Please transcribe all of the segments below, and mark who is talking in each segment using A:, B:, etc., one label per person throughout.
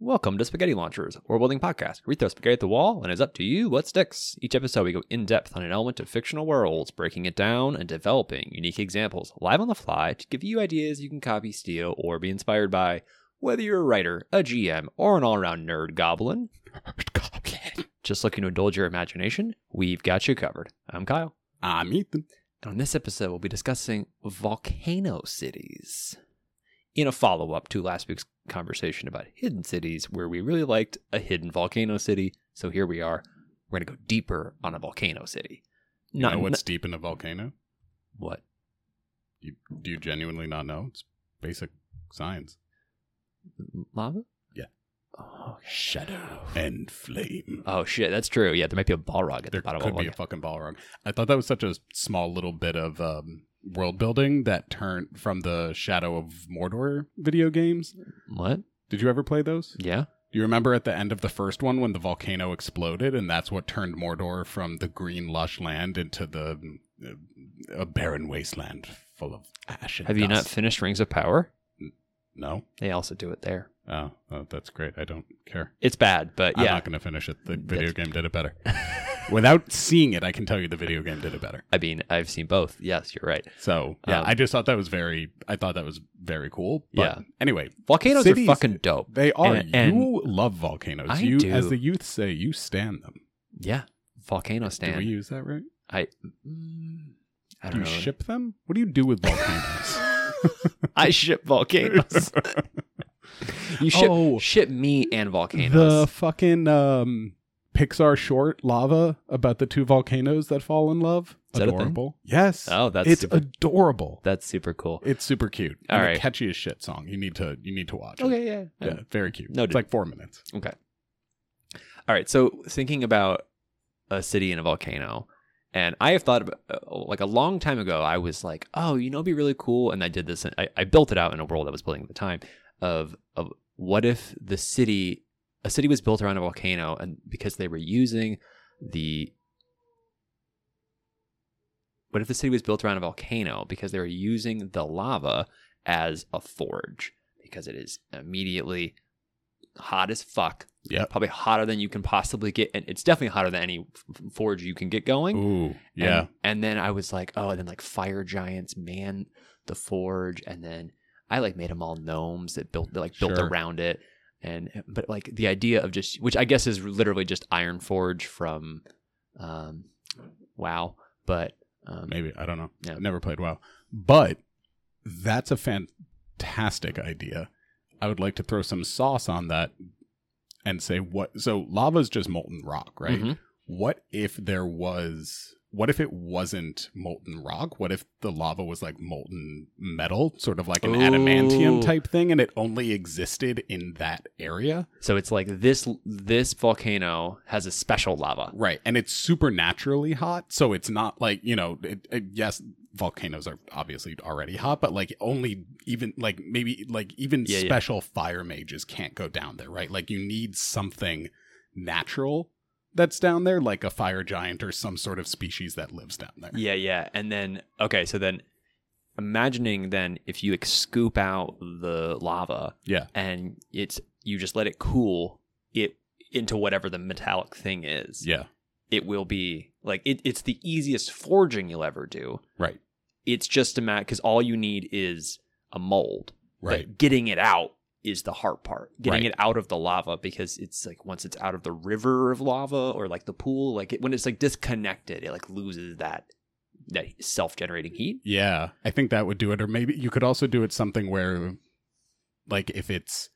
A: Welcome to Spaghetti Launchers, a world building podcast. We throw spaghetti at the wall, and it's up to you what sticks. Each episode, we go in depth on an element of fictional worlds, breaking it down and developing unique examples live on the fly to give you ideas you can copy, steal, or be inspired by. Whether you're a writer, a GM, or an all around nerd goblin, just looking to indulge your imagination, we've got you covered. I'm Kyle.
B: I'm Ethan.
A: And on this episode, we'll be discussing volcano cities in a follow up to last week's conversation about hidden cities, where we really liked a hidden volcano city. So here we are. We're going to go deeper on a volcano city.
B: You
A: Not
B: know what's deep in a volcano?
A: what?
B: You, do you genuinely not know? It's basic science.
A: Lava?
B: Yeah.
A: Oh, shadow.
B: And flame.
A: Oh, shit. That's true. Yeah, there might be a Balrog at
B: there
A: the bottom
B: could
A: of
B: be
A: one.
B: a fucking Balrog. I thought that was such a small little bit of um, world building that turned from the Shadow of Mordor video games.
A: What?
B: Did you ever play those?
A: Yeah.
B: Do you remember at the end of the first one when the volcano exploded and that's what turned Mordor from the green lush land into the uh, a barren wasteland full of ash and
A: Have you not
B: dust?
A: finished Rings of Power?
B: No.
A: They also do it there.
B: Oh, oh, that's great. I don't care.
A: It's bad, but
B: I'm
A: yeah.
B: not going to finish it. The video
A: That's-
B: game did it better. Without seeing it, I can tell you the video game did it better.
A: I mean, I've seen both. Yes, you're right.
B: So yeah,
A: Um,
B: I just thought that was very. I thought that was very cool. But
A: Yeah.
B: Anyway,
A: Volcanoes
B: Cities-
A: are fucking dope.
B: they are.
A: And- and-
B: you love volcanoes.
A: I
B: you,
A: do.
B: as the youth say, you stand them.
A: Yeah, volcano stand.
B: Do we use that right?
A: I, mm, I
B: Do
A: don't
B: you
A: know.
B: ship them? What do you do with volcanoes?
A: I ship volcanoes. you ship
B: Oh.
A: ship me and volcanoes.
B: the fucking um, Pixar short lava about the two volcanoes that fall in love.
A: Is that a thing?
B: adorable. Yes.
A: Oh, that's
B: it's
A: super-
B: adorable.
A: That's super cool.
B: It's super cute.
A: All
B: and
A: right.
B: a catchy as shit song. You need to you need to watch. It.
A: Okay, yeah,
B: Yeah, very cute.
A: Noted.
B: It's like four minutes.
A: Okay. All right. So thinking about a city and a volcano, and I have thought about, uh, like a long time ago, I was like, oh, you know, it'd be really cool. And I did this. I, I built it out in a world I was building at the time of of what if the city, a city was built around a volcano, and because they were using the what if the city was built around a volcano because they were using the lava as a forge because it is immediately hot as fuck
B: Yeah.
A: probably hotter than you can possibly get, and it's definitely hotter than any f- f- forge you can get going.
B: Ooh.
A: And-
B: Yeah.
A: And, then I was like, oh, and then like fire giants man the forge, and then I like made them all gnomes that built that like built
B: Sure.
A: around it, and but like the idea of just which I guess is literally just Iron Forge from, um, wow, but um,
B: Maybe I don't know.
A: Yeah.
B: I've never played WoW, but that's a fantastic idea. I would like to throw some sauce on that and say what. So lava's just molten rock, right?
A: mhm.
B: What if there was? What if it wasn't molten rock? What if the lava was like molten metal, sort of like an
A: Ooh.
B: adamantium type thing, and it only existed in that area?
A: So it's like this this volcano has a special lava.
B: Right. And it's supernaturally hot. So it's not like, you know, it, it- yes, volcanoes are obviously already hot, but like only even like maybe like even
A: Yeah, yeah.
B: special fire mages can't go down there, right? Like you need something natural that's down there, like a fire giant or some sort of species that lives down there.
A: Yeah, yeah. And then okay, so then imagining then if you like scoop out the lava
B: Yeah.
A: and it's you just let it cool it into whatever the metallic thing is.
B: Yeah.
A: It will be like it, it's the easiest forging you'll ever do.
B: Right.
A: It's just a mat because all you need is a mold.
B: Right.
A: But getting it out is the hard part. Getting
B: Right.
A: it out of the lava because it's like once it's out of the river of lava or like the pool, like it, when it's like disconnected, it like loses that that self-generating heat.
B: Yeah, I think that would do it. Or maybe you could also do it something where, like, if it's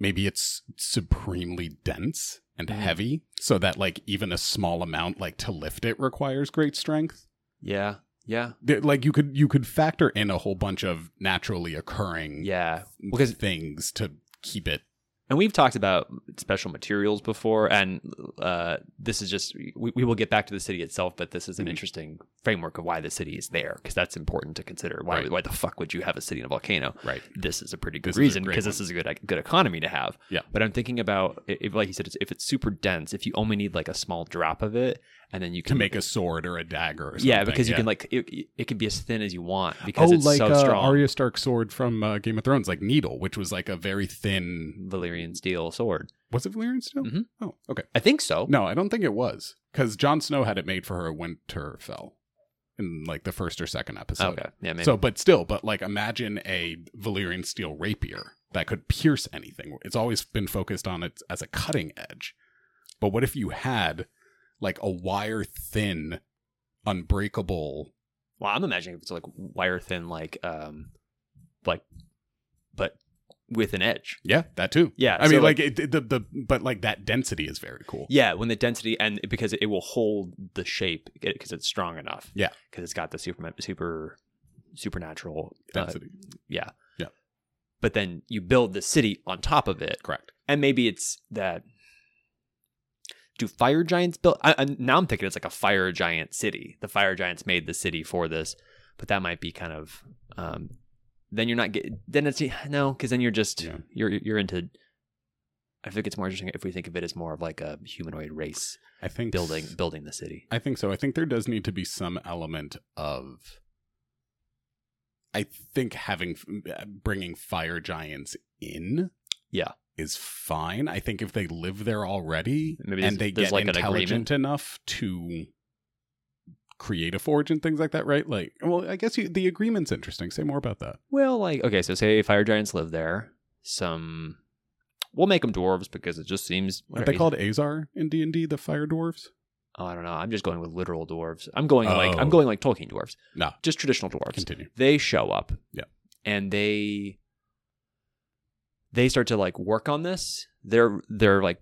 B: maybe it's supremely dense and
A: Mhm.
B: heavy, so that like even a small amount, like to lift it, requires great strength.
A: Yeah. Yeah.
B: Th- Like you could you could factor in a whole bunch of naturally occurring
A: Yeah.
B: because things to keep it.
A: And we've talked about special materials before, and uh, this is just we, we will get back to the city itself, but this is an
B: Mhm.
A: interesting framework of why the city is there because that's important to consider. Why
B: Right.
A: why the fuck would you have a city in a volcano?
B: Right.
A: This is a pretty good
B: This is a
A: reason
B: great
A: because this is a good good economy to have.
B: Yeah.
A: But I'm thinking about i- if, like you said, it's- if it's super dense, if you only need like a small drop of it, and then you
B: to
A: can
B: make a sword or a dagger. Or something.
A: yeah, because you can like it, it can be as thin as you want because
B: oh,
A: it's
B: like
A: so
B: uh,
A: strong.
B: Arya Stark's sword from uh, Game of Thrones, like needle, which was like a very thin.
A: Valyrian steel sword.
B: Was it Valyrian steel?
A: Mhm.
B: Oh, okay.
A: I think so.
B: No, I don't think it was because Jon Snow had it made for her when Winterfell in like the first or second episode.
A: okay. Yeah, maybe.
B: So, but still, but like imagine a Valyrian steel rapier that could pierce anything. It's always been focused on it as a cutting edge. But what if you had like a wire thin, unbreakable?
A: well, I'm imagining if it's like wire thin, like um, like, but with an edge.
B: Yeah, that too.
A: Yeah.
B: I
A: so,
B: mean, like, it, the the but like that density is very cool.
A: Yeah, when the density and because it will hold the shape because it's strong enough.
B: Yeah.
A: because it's got the super super supernatural uh,
B: Density,
A: yeah,
B: Yeah.
A: But then you build the city on top of it,
B: correct.
A: and maybe it's that. Do fire giants build? I, I, now I'm thinking it's like a fire giant city. The fire giants made the city for this, but that might be kind of. Um, then you're not get. Then it's no, because then you're just
B: Yeah.
A: you're you're into. I think it's more interesting if we think of it as more of like a humanoid race
B: I think
A: building building the city.
B: I think so. I think there does need to be some element of. I think having bringing fire giants in,
A: Yeah.
B: is fine. I think if they live there already
A: Maybe there's-
B: and they
A: there's
B: get
A: like an
B: intelligent enough to create a forge and things like that, right? Like, well, I guess you, the agreement's interesting. Say more about that.
A: Well, like okay, so say fire giants live there. Some we'll make them dwarves because it just seems.
B: Are they called Azar in D and D? The fire dwarves?
A: Oh, I don't know. I'm just going with literal dwarves. I'm going like I'm
B: Oh.
A: going like Tolkien dwarves.
B: No.
A: just traditional dwarves.
B: Continue.
A: They show up.
B: Yeah.
A: and they they start to like work on this. They're they're like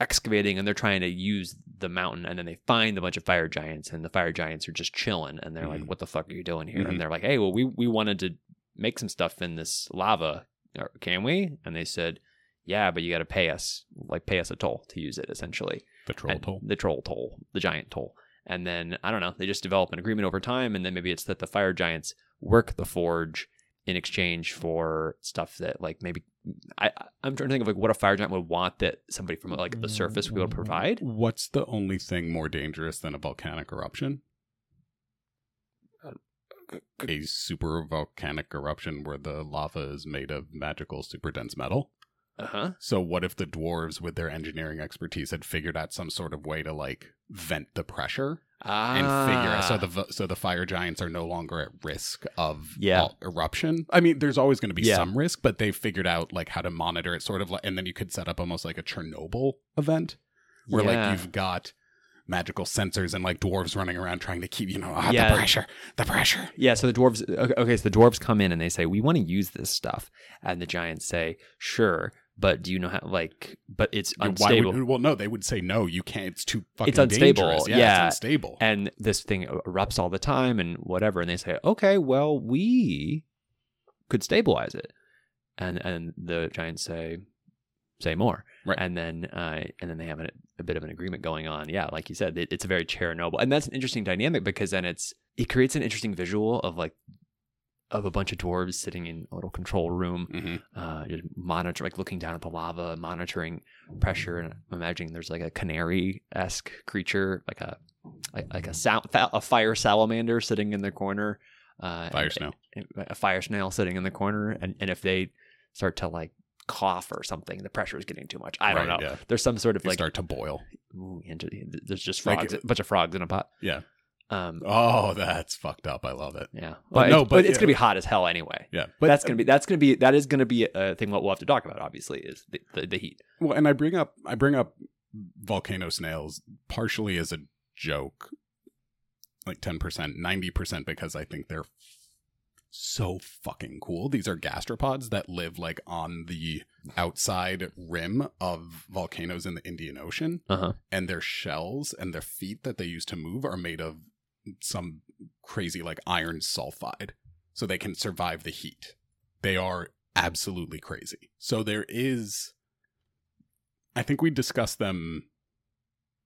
A: excavating and they're trying to use the mountain and then they find a bunch of fire giants and the fire giants are just chilling and they're
B: Mhm.
A: like what the fuck are you doing here
B: Mhm.
A: and they're like hey well we we wanted to make some stuff in this lava Or, can we and they said yeah but you got to pay us like pay us a toll to use it essentially
B: The troll
A: and-
B: toll.
A: The troll toll, the giant toll. And then I don't know, they just develop an agreement over time and then maybe it's that the fire giants work the forge in exchange for stuff that like maybe I I- I'm trying to think of like what a fire giant would want that somebody from like the surface would provide.
B: What's the only thing more dangerous than a volcanic eruption? A super volcanic eruption where the lava is made of magical super dense metal.
A: Uh-huh.
B: So what if the dwarves with their engineering expertise had figured out some sort of way to like vent the pressure and figure out so
A: Ah.
B: the vo- so the fire giants are no longer at risk of
A: Yeah.
B: uh, eruption. I mean there's always going to be
A: Yeah.
B: some risk but they figured out like how to monitor it sort of like and then you could set up almost like a Chernobyl event where
A: Yeah.
B: like you've got magical sensors and like dwarves running around trying to keep you know ah,
A: Yeah.
B: the pressure the pressure
A: Yeah, so the dwarves. Okay, okay, so the dwarves come in and they say, "We want to use this stuff," and the giants say, "Sure, but do you know how? Like, but it's
B: Why
A: unstable."
B: would, well no they would say no you can't it's too fucking
A: unstable,
B: dangerous. yeah,
A: yeah.
B: it's unstable
A: and this thing er, erupts all the time and whatever and they say okay well we could stabilize it and and the giants say say more
B: Right.
A: and then uh, and then they have a, a bit of an agreement going on yeah like you said it, it's a very chernobyl and that's an interesting dynamic because then it's it creates an interesting visual of like of a bunch of dwarves sitting in a little control room
B: hmm
A: uh, just monitor, like looking down at the lava, monitoring pressure, and I'm imagining there's like a canary esque creature, like a like, like a sound, a fire salamander sitting in the corner, uh,
B: fire snow
A: and- a fire snail sitting in the corner, and and if they start to like cough or something, the pressure is getting too much. I don't
B: Right,
A: know.
B: yeah.
A: There's some sort of
B: They
A: like
B: start to boil
A: ooh, into- there's just
B: Like-
A: frogs, a bunch of frogs in a pot.
B: Yeah.
A: Um.
B: oh that's fucked up i love it
A: Yeah. But,
B: no,
A: no,
B: but
A: but it's
B: yeah.
A: gonna be hot as hell anyway.
B: yeah
A: But that's gonna be that's gonna be that is gonna be a thing. What we'll have to talk about, obviously, is the, the, the heat.
B: Well, and I bring up I bring up volcano snails partially as a joke, like ten percent, ninety percent because I think they're so fucking cool. These are gastropods that live like on the outside rim of volcanoes in the Indian Ocean,
A: Uh-huh.
B: and their shells and their feet that they use to move are made of some crazy like iron sulfide, so they can survive the heat. They are absolutely crazy. So there is. I think we discussed them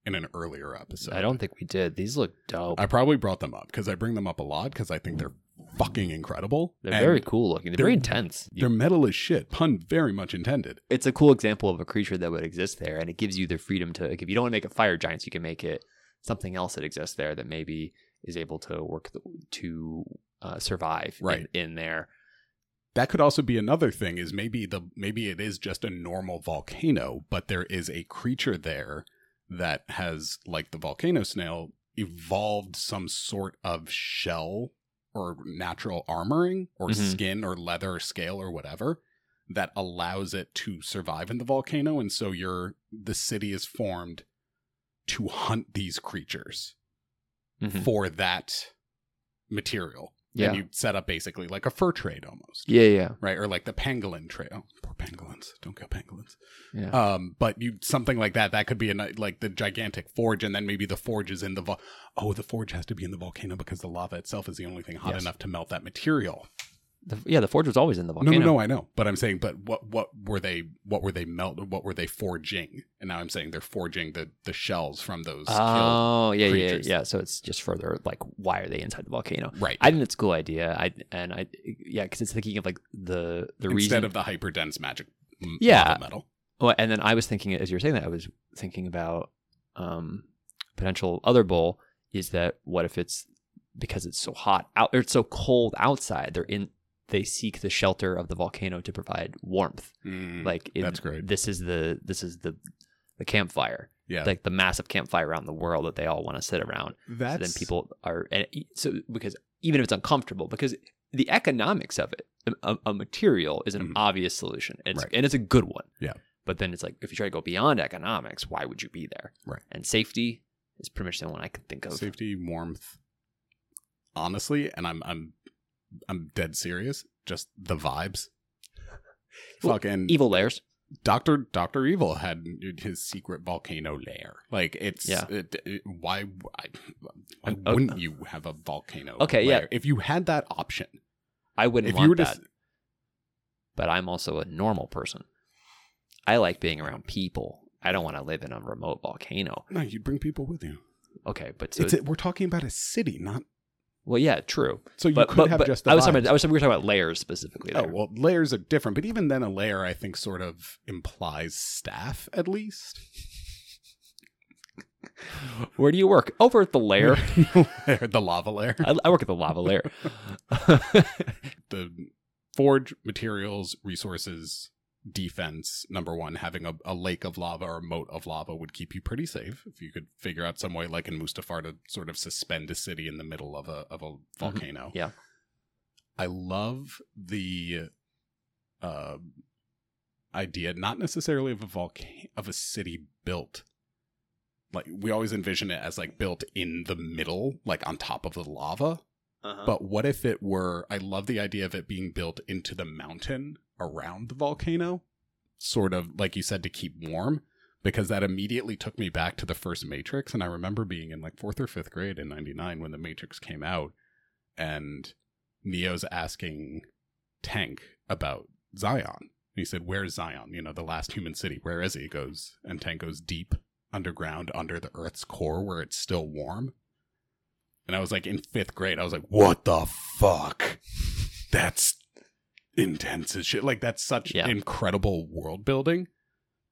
B: in an earlier episode.
A: I don't think we did. These look dope.
B: I probably brought them up because I bring them up a lot because I think they're fucking incredible.
A: they're
B: And
A: very cool looking. They're,
B: they're-
A: very intense.
B: They're metal as shit. Pun very much intended.
A: It's a cool example of a creature that would exist there, and it gives you the freedom to. Like, if you don't want to make a fire giants, you can make it something else that exists there that maybe is able to work the, to uh, survive in-
B: Right.
A: in there.
B: that could also be another thing is maybe the maybe it is just a normal volcano but there is a creature there that has like the volcano snail evolved some sort of shell or natural armoring or
A: Mhm.
B: skin or leather or scale or whatever that allows it to survive in the volcano and so you're the city is formed to hunt these creatures
A: Mhm.
B: for that material
A: Yeah.
B: and you set up basically like a fur trade almost
A: yeah, yeah,
B: right? Or like the pangolin trail. Oh, poor pangolins. Don't kill pangolins.
A: yeah.
B: Um, but you something like that. That could be a ni- like the gigantic forge, and then maybe the forge is in the vo- oh, the forge has to be in the volcano because the lava itself is the only thing hot
A: Yes.
B: enough to melt that material.
A: the, yeah, the forge was always in the volcano.
B: No, no, no, I know, but I'm saying, but what what were they? What were they melt? What were they forging? And now I'm saying they're forging the the shells from those. killed-
A: Oh, yeah, yeah, yeah,
B: creatures.
A: yeah. So it's just further like why are they inside the volcano?
B: Right.
A: I think that's a cool idea. I and I yeah, because it's thinking of like the the
B: Instead
A: reason
B: of the hyper dense magic. m-
A: Yeah.
B: lava Metal.
A: Well, and then I was thinking as you were saying that, I was thinking about um, potential other bowl. Is that what if it's because it's so hot out or it's so cold outside? They're in. They seek the shelter of the volcano to provide warmth.
B: Mm,
A: like in-
B: that's great.
A: This is the this is the the campfire,
B: yeah.
A: like the massive campfire around the world that they all want to sit around. So
B: that's
A: then people are and it- so because even if it's uncomfortable, because the economics of it, a, a material is an
B: Mhm.
A: obvious solution, and it's,
B: Right.
A: and it's a good one.
B: Yeah.
A: But then it's like if you try to go beyond economics, why would you be there?
B: Right.
A: And safety is pretty much the one I can think of.
B: safety, warmth. Honestly, and I'm I'm I'm dead serious. Just the vibes.
A: Well, e-
B: Fucking
A: Evil layers.
B: Doctor Doctor Evil had his secret volcano lair. Like it's
A: Yeah.
B: it, it- why I, why
A: oh.
B: wouldn't you have a volcano?
A: Okay, yeah.
B: lair? If you had that option,
A: I wouldn't
B: if
A: want
B: you were
A: that,
B: just
A: but I'm also a normal person. I like being around people. I don't want to live in a remote volcano.
B: no, you'd bring people with you.
A: Okay, but so
B: it's a, we're talking about a city, not
A: well, yeah, true.
B: so you
A: but
B: could
A: but,
B: have
A: but
B: just. The
A: I was talking
B: vibes.
A: about, I was we were talking about layers specifically.
B: Oh
A: there.
B: well, layers are different, but even then, a layer I think sort of implies staff at least.
A: Where do you work? Over at the lair.
B: the lava layer,
A: I, I work at the lava lair.
B: Uh-huh. the forge materials, resources, defense. Number one, having a, a lake of lava or a moat of lava would keep you pretty safe if you could figure out some way, like in Mustafar, to sort of suspend a city in the middle of a of a volcano.
A: Yeah.
B: I love the uh, idea, not necessarily of a volcano of a city built. Like we always envision it as like built in the middle, like on top of the lava. But what if it were? I love the idea of it being built into the mountain around the volcano, sort of like you said, to keep warm, because that immediately took me back to the first Matrix. And I remember being in like fourth or fifth grade in 99 when the Matrix came out, and Neo's asking Tank about Zion. And he said, Where's Zion? You know, the last human city. Where is he? He goes, and Tank goes deep underground under the Earth's core where it's still warm. And I was like in fifth grade. I was like, what the fuck? That's intense as shit. Like, that's such
A: Yeah.
B: incredible world building.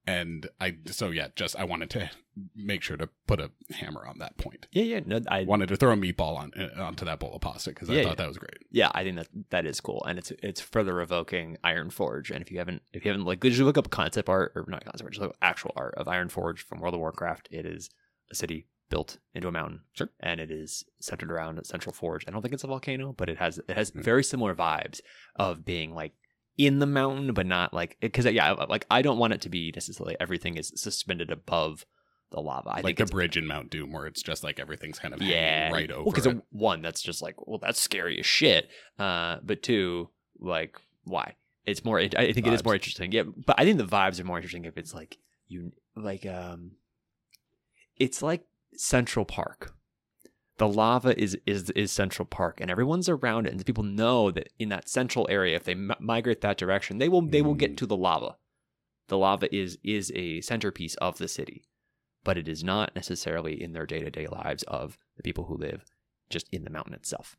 B: And I, so yeah, just I wanted to make sure to put a hammer on that point.
A: yeah, yeah, no, I
B: I wanted to throw a meatball on uh, onto that bowl of pasta because I
A: Yeah,
B: thought
A: yeah.
B: that was great.
A: yeah, I think that that is cool, and it's it's further evoking Iron Forge. And if you haven't, if you haven't, like, just look up concept art or not concept art, just look up actual art of Iron Forge from World of Warcraft. It is a city built into a mountain,
B: Sure.
A: and it is centered around a Central Forge. I don't think it's a volcano, but it has it has
B: Mhm.
A: very similar vibes of being like in the mountain, but not like because yeah, like I don't want it to be necessarily everything is suspended above the lava. I
B: like
A: think
B: the
A: it's
B: bridge in Mount Doom where it's just like everything's kind of
A: yeah
B: hanging right over.
A: because
B: it.
A: one that's just like well that's scary as shit uh but two like why it's more i I think it is
B: Vibes.
A: more interesting yeah but i think the vibes are more interesting if it's like you like um it's like central park the lava is is is central park and everyone's around it and the people know that in that central area if they m- migrate that direction they will they will get
B: Mm.
A: to the lava the lava is is a centerpiece of the city but it is not necessarily in their day-to-day lives of the people who live just in the mountain itself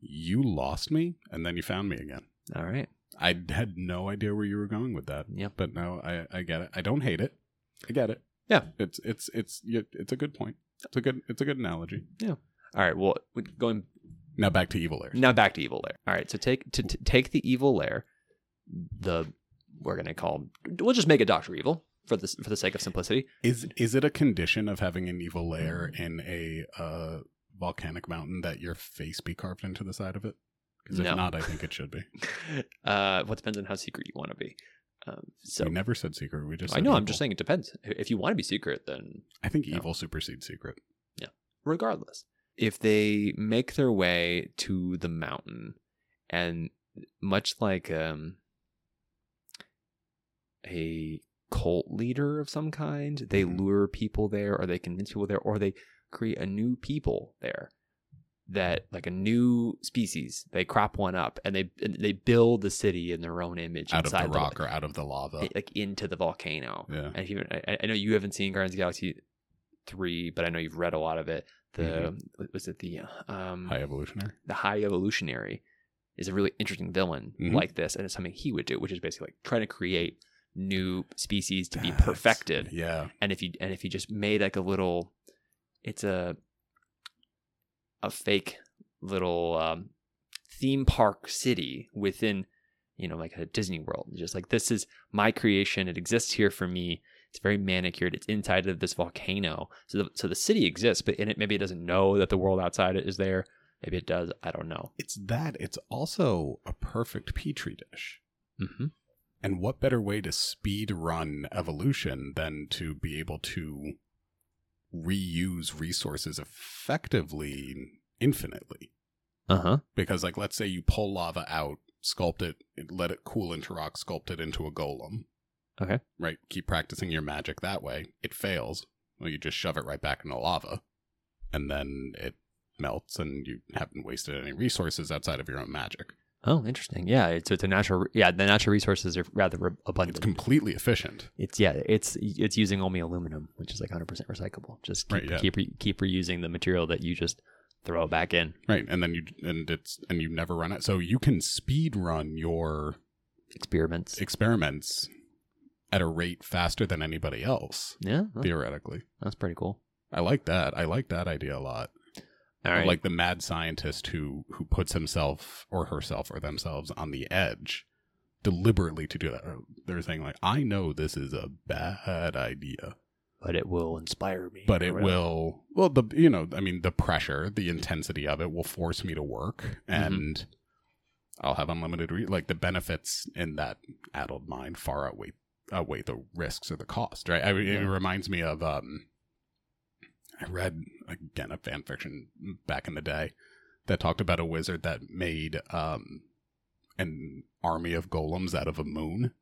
B: you lost me and then you found me again.
A: all right
B: I had no idea where you were going with that.
A: Yeah.
B: but now I, I get it. I don't hate it. I get it.
A: Yeah.
B: it's it's it's yeah, it's a good point. It's a good it's a good analogy.
A: All right. Well, we- going
B: Now back to evil lair.
A: now back to evil lair. All right. So take to, to take the evil lair. The we're gonna call. We'll just make it Doctor Evil for this for the sake of simplicity.
B: Is is it a condition of having an evil lair in a uh, volcanic mountain that your face be carved into the side of it? Because if
A: No.
B: not, I think it should be.
A: Uh, what depends on how secret you want to be. Um, so
B: we never said secret. We just
A: I
B: said
A: know. I'm
B: evil.
A: just saying it depends. If you want to be secret, then
B: I think
A: No.
B: evil supersedes secret.
A: regardless. If they make their way to the mountain, and much like um, a cult leader of some kind, they
B: Mhm.
A: lure people there, or they convince people there, or they create a new people there that like a new species they crop one up and they and they build the city in their own image
B: Out of
A: inside
B: the rock or out of the lava.
A: like into the volcano
B: yeah.
A: and if you, I, I know you haven't seen Guardians of the Galaxy three, but I know you've read a lot of it. The was it the um
B: Mm-hmm. High evolutionary.
A: the High Evolutionary is a really interesting villain
B: Mhm.
A: like this, and it's something he would do, which is basically like trying to create new species to be
B: That's-
A: perfected.
B: Yeah.
A: And if you and if you just made like a little, it's a a fake little um, theme park city within you know like a disney world just like this is my creation it exists here for me it's very manicured it's inside of this volcano so the, so the city exists but in it maybe it doesn't know that the world outside it is there maybe it does i don't know
B: It's that. It's also a perfect petri dish.
A: mm-hmm.
B: And what better way to speed run evolution than to be able to reuse resources effectively infinitely?
A: uh-huh
B: Because, like, let's say you pull lava out, sculpt it, let it cool into rock, sculpt it into a golem.
A: Okay.
B: Right? Keep practicing your magic that way. It fails. Well, you just shove it right back into lava. And then it melts, and you haven't wasted any resources outside of your own magic.
A: oh interesting yeah it's, it's a natural yeah the natural resources are rather re-
B: It's
A: abundant
B: completely efficient.
A: It's yeah, it's it's using only aluminum, which is like 100% recyclable. Just keep
B: Right, yeah.
A: keep re- keep reusing the material that you just throw back in.
B: Right, and then you and it's and you never run out. So you can speed run your
A: Experiments.
B: experiments at a rate faster than anybody else,
A: yeah, that's,
B: theoretically.
A: that's pretty cool.
B: I like that. I like that idea a lot.
A: All right.
B: Like the mad scientist who who puts himself or herself or themselves on the edge deliberately to do that. Or They're saying like, I know this is a bad idea,
A: but it will inspire me.
B: but
A: or
B: it
A: whatever.
B: will. Well, the you know, I mean, the pressure, the intensity of it will force me to work,
A: Mm-hmm.
B: and I'll have unlimited re- like the benefits in that addled mind far outweigh outweigh the risks or the cost. Right? I, It
A: Yeah.
B: reminds me of um, I read again a fan fiction back in the day that talked about a wizard that made um an army of golems out of a moon.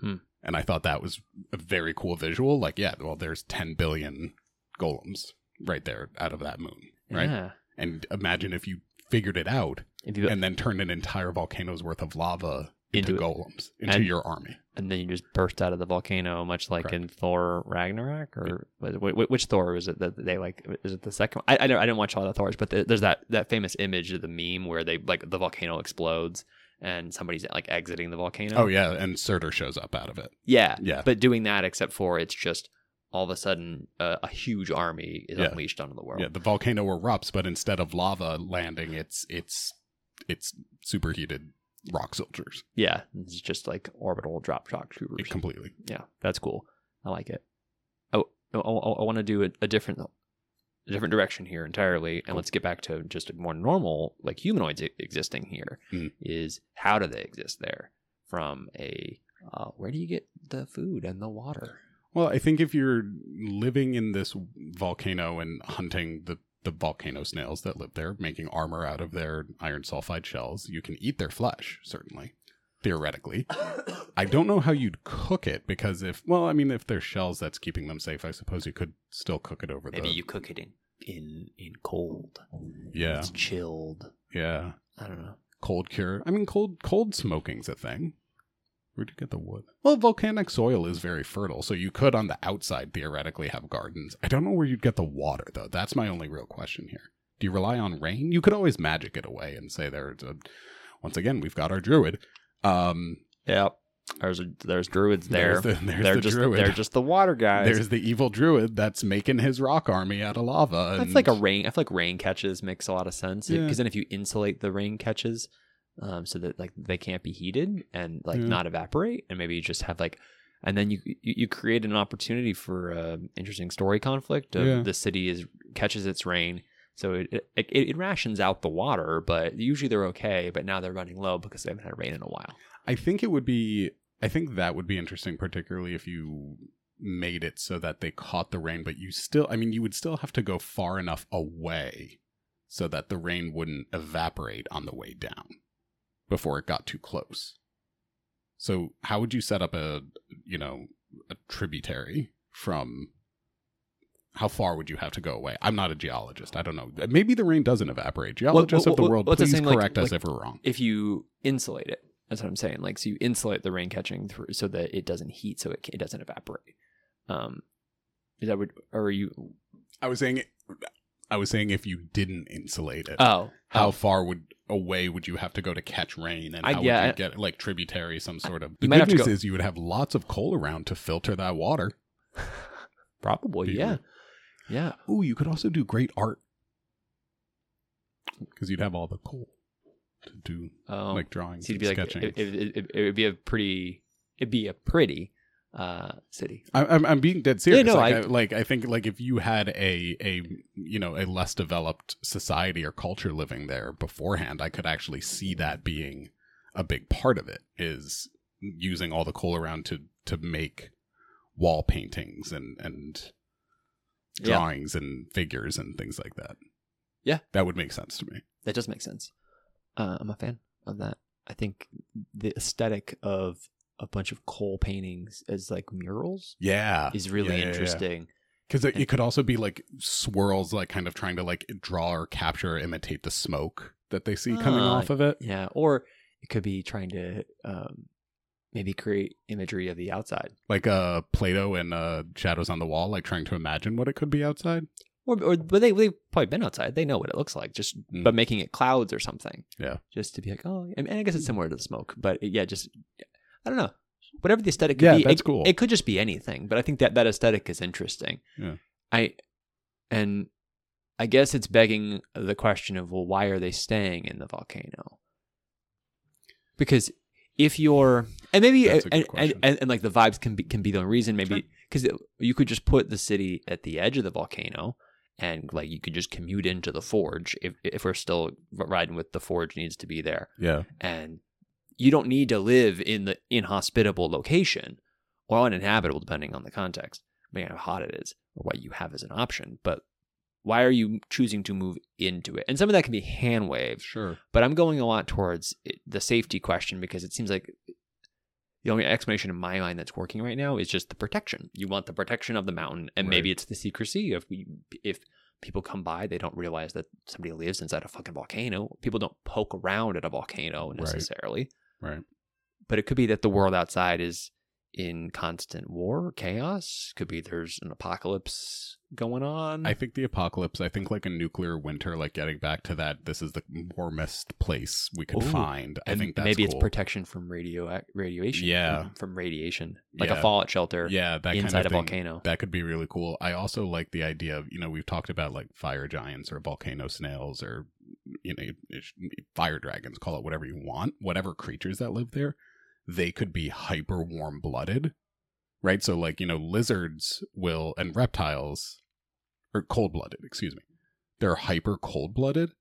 A: Hmm.
B: And I thought that was a very cool visual. Like, yeah, well, there's 10 billion golems right there out of that moon, right?
A: Yeah.
B: And imagine if you figured it out
A: If you, and,
B: and then turned an entire volcano's worth of lava into,
A: Into it.
B: golems, into
A: And-
B: your army.
A: then you just burst out of the volcano, much like in Thor Ragnarok, or wh- wh- which Thor is it that they like? Is it the second? one? I I, don't, I didn't watch all the Thors, but the, there's that that famous image of the meme where they like the volcano explodes and somebody's like exiting the volcano.
B: Oh yeah, and Surtur shows up out of it.
A: Yeah.
B: Yeah.
A: But doing that, except for it's just all of a sudden uh, a huge army is
B: Yeah.
A: unleashed onto the world.
B: Yeah, the volcano erupts, but instead of lava landing, it's it's it's superheated rock soldiers.
A: Yeah. It's just like orbital drop shock
B: It
A: troopers.
B: completely.
A: yeah. That's cool. I like it. Oh, I, want to do a, a different. a different direction here entirely and
B: Cool.
A: let's get back to just a more normal like humanoids e- existing here. Is
B: Mm.
A: how do they exist there from a uh, where do you get the food and the water
B: Well, I think if you're living in this volcano and hunting the the volcano snails that live there, making armor out of their iron sulfide shells, you can eat their flesh, certainly, theoretically. I don't know how you'd cook it because if, well, I mean, if they're shells, that's keeping them safe. I suppose you could still cook it over
A: maybe
B: the.
A: you cook it in in in cold
B: yeah,
A: it's chilled
B: yeah.
A: I don't know.
B: Cold cure. I mean, cold cold smoking's a thing. Where'd you get the wood? Well, volcanic soil is very fertile, so you could on the outside theoretically have gardens. I don't know where you'd get the water though. That's my only real question here. Do you rely on rain? You could always magic it away and say there's a. Once again, we've got our druid. Um,
A: Yeah. There's there's druids there.
B: There's the, there's
A: they're
B: the
A: just
B: druid.
A: they're just the water guys.
B: there's the evil druid that's making his rock army out of lava.
A: That's
B: and-
A: like a rain. I feel like rain catches makes a lot of sense because
B: Yeah.
A: then if you insulate the rain catches, um, so that like they can't be heated and like
B: Yeah.
A: not evaporate, and maybe you just have like, and then you you, you create an opportunity for uh, interesting story conflict. Of
B: Yeah.
A: The city is catches its rain, so it, it it it rations out the water, but usually they're okay. But now they're running low because they haven't had rain in a while.
B: I think it would be. I think that would be interesting, particularly if you made it so that they caught the rain, but you still. I mean, you would still have to go far enough away so that the rain wouldn't evaporate on the way down before it got too close. So, how would you set up a you know a tributary from? How far would you have to go away? I'm not a geologist. I don't know. Maybe the rain doesn't evaporate. Geologists
A: what-
B: of the
A: what-
B: world,
A: what's the
B: please
A: same, like-
B: correct us
A: like-
B: if we're wrong.
A: If you insulate it, that's what I'm saying. Like so, you insulate the rain catching through so that it doesn't heat, so it ca- it doesn't evaporate. Um, is that what? Or are you
B: I was saying, I was saying, if you didn't insulate it,
A: Oh,
B: how
A: oh.
B: far would away would you have to go to catch rain, and
A: I-
B: how
A: yeah,
B: would
A: I-
B: you get like tributary, some sort of?
A: You
B: The
A: might have
B: good
A: to
B: news
A: go-
B: is you would have lots of coal around to filter that water.
A: probably
B: Be
A: oh. yeah,
B: weird.
A: yeah.
B: Ooh, you could also do great art because you'd have all the coal to do
A: Um,
B: like drawings,
A: so it'd
B: and
A: be like
B: sketching.
A: it, it, it, it would be a pretty, it'd be a pretty uh city.
B: I- I'm I'm being dead serious.
A: no,
B: like,
A: I-
B: I, like I think like if you had a a you know a less developed society or culture living there beforehand, I could actually see that being a big part of it is using all the coal around to to make wall paintings and and
A: Yeah.
B: drawings and figures and things like that.
A: Yeah.
B: that would make sense to me.
A: That does make sense. Uh, I'm a fan of that. I think the aesthetic of a bunch of coal paintings as like murals
B: Yeah,
A: is really
B: Ah, Yeah, yeah, yeah.
A: interesting.
B: because it, it could also be like swirls, like kind of trying to like draw or capture, or imitate the smoke that they see coming
A: Ah,
B: off of it.
A: Yeah, or it could be trying to um, maybe create imagery of the outside,
B: like uh Plato and uh Shadows on the Wall, like trying to imagine what it could be outside.
A: or, or but they they've probably been outside. They know what it looks like. Just
B: Mm.
A: but making it clouds or something.
B: Yeah.
A: just to be like, oh, and, and I guess it's similar to the smoke, but it- yeah, just I don't know. Whatever the aesthetic could
B: Yeah,
A: be,
B: that's
A: it,
B: cool.
A: It could just be anything, but I think that that aesthetic is interesting.
B: Yeah.
A: I and I guess it's begging the question of well, why are they staying in the volcano? Because if you're and maybe
B: That's
A: and,
B: a good
A: and, and,
B: question.
A: and like the vibes can be can be the only reason maybe because you could just put the city at the edge of the volcano and like you could just commute into the forge if if we're still riding with the forge needs to be there
B: Yeah.
A: and you don't need to live in the inhospitable location or uninhabitable depending on the context depending on how hot it is or what you have as an option but why are you choosing to move into it and some of that can be hand waved
B: Sure.
A: but i'm going a lot towards it- the safety question because it seems like the only explanation in my mind that's working right now is just the protection you want the protection of the mountain and maybe
B: Right.
A: it's the secrecy of we- if people come by they don't realize that somebody lives inside a fucking volcano people don't poke around at a volcano necessarily
B: Right.
A: but it could be that the world outside is in constant war chaos could be there's an apocalypse going on
B: I think the apocalypse, I think like a nuclear winter, like getting back to that, this is the warmest place we could
A: Ooh.
B: find. I
A: And
B: think that's
A: maybe
B: cool.
A: it's protection from radio uh, radiation.
B: Yeah.
A: from, from radiation, like a
B: Yeah.
A: fallout shelter
B: yeah, that
A: inside
B: kind of
A: a
B: thing.
A: volcano.
B: That could be really cool. I also like the idea of, you know, we've talked about like fire giants or volcano snails or, you know, ish- fire dragons, call it whatever you want, whatever creatures that live there, they could be hyper warm blooded, right? So, like, you know, lizards will, and reptiles, or cold blooded, excuse me, they're hyper cold blooded.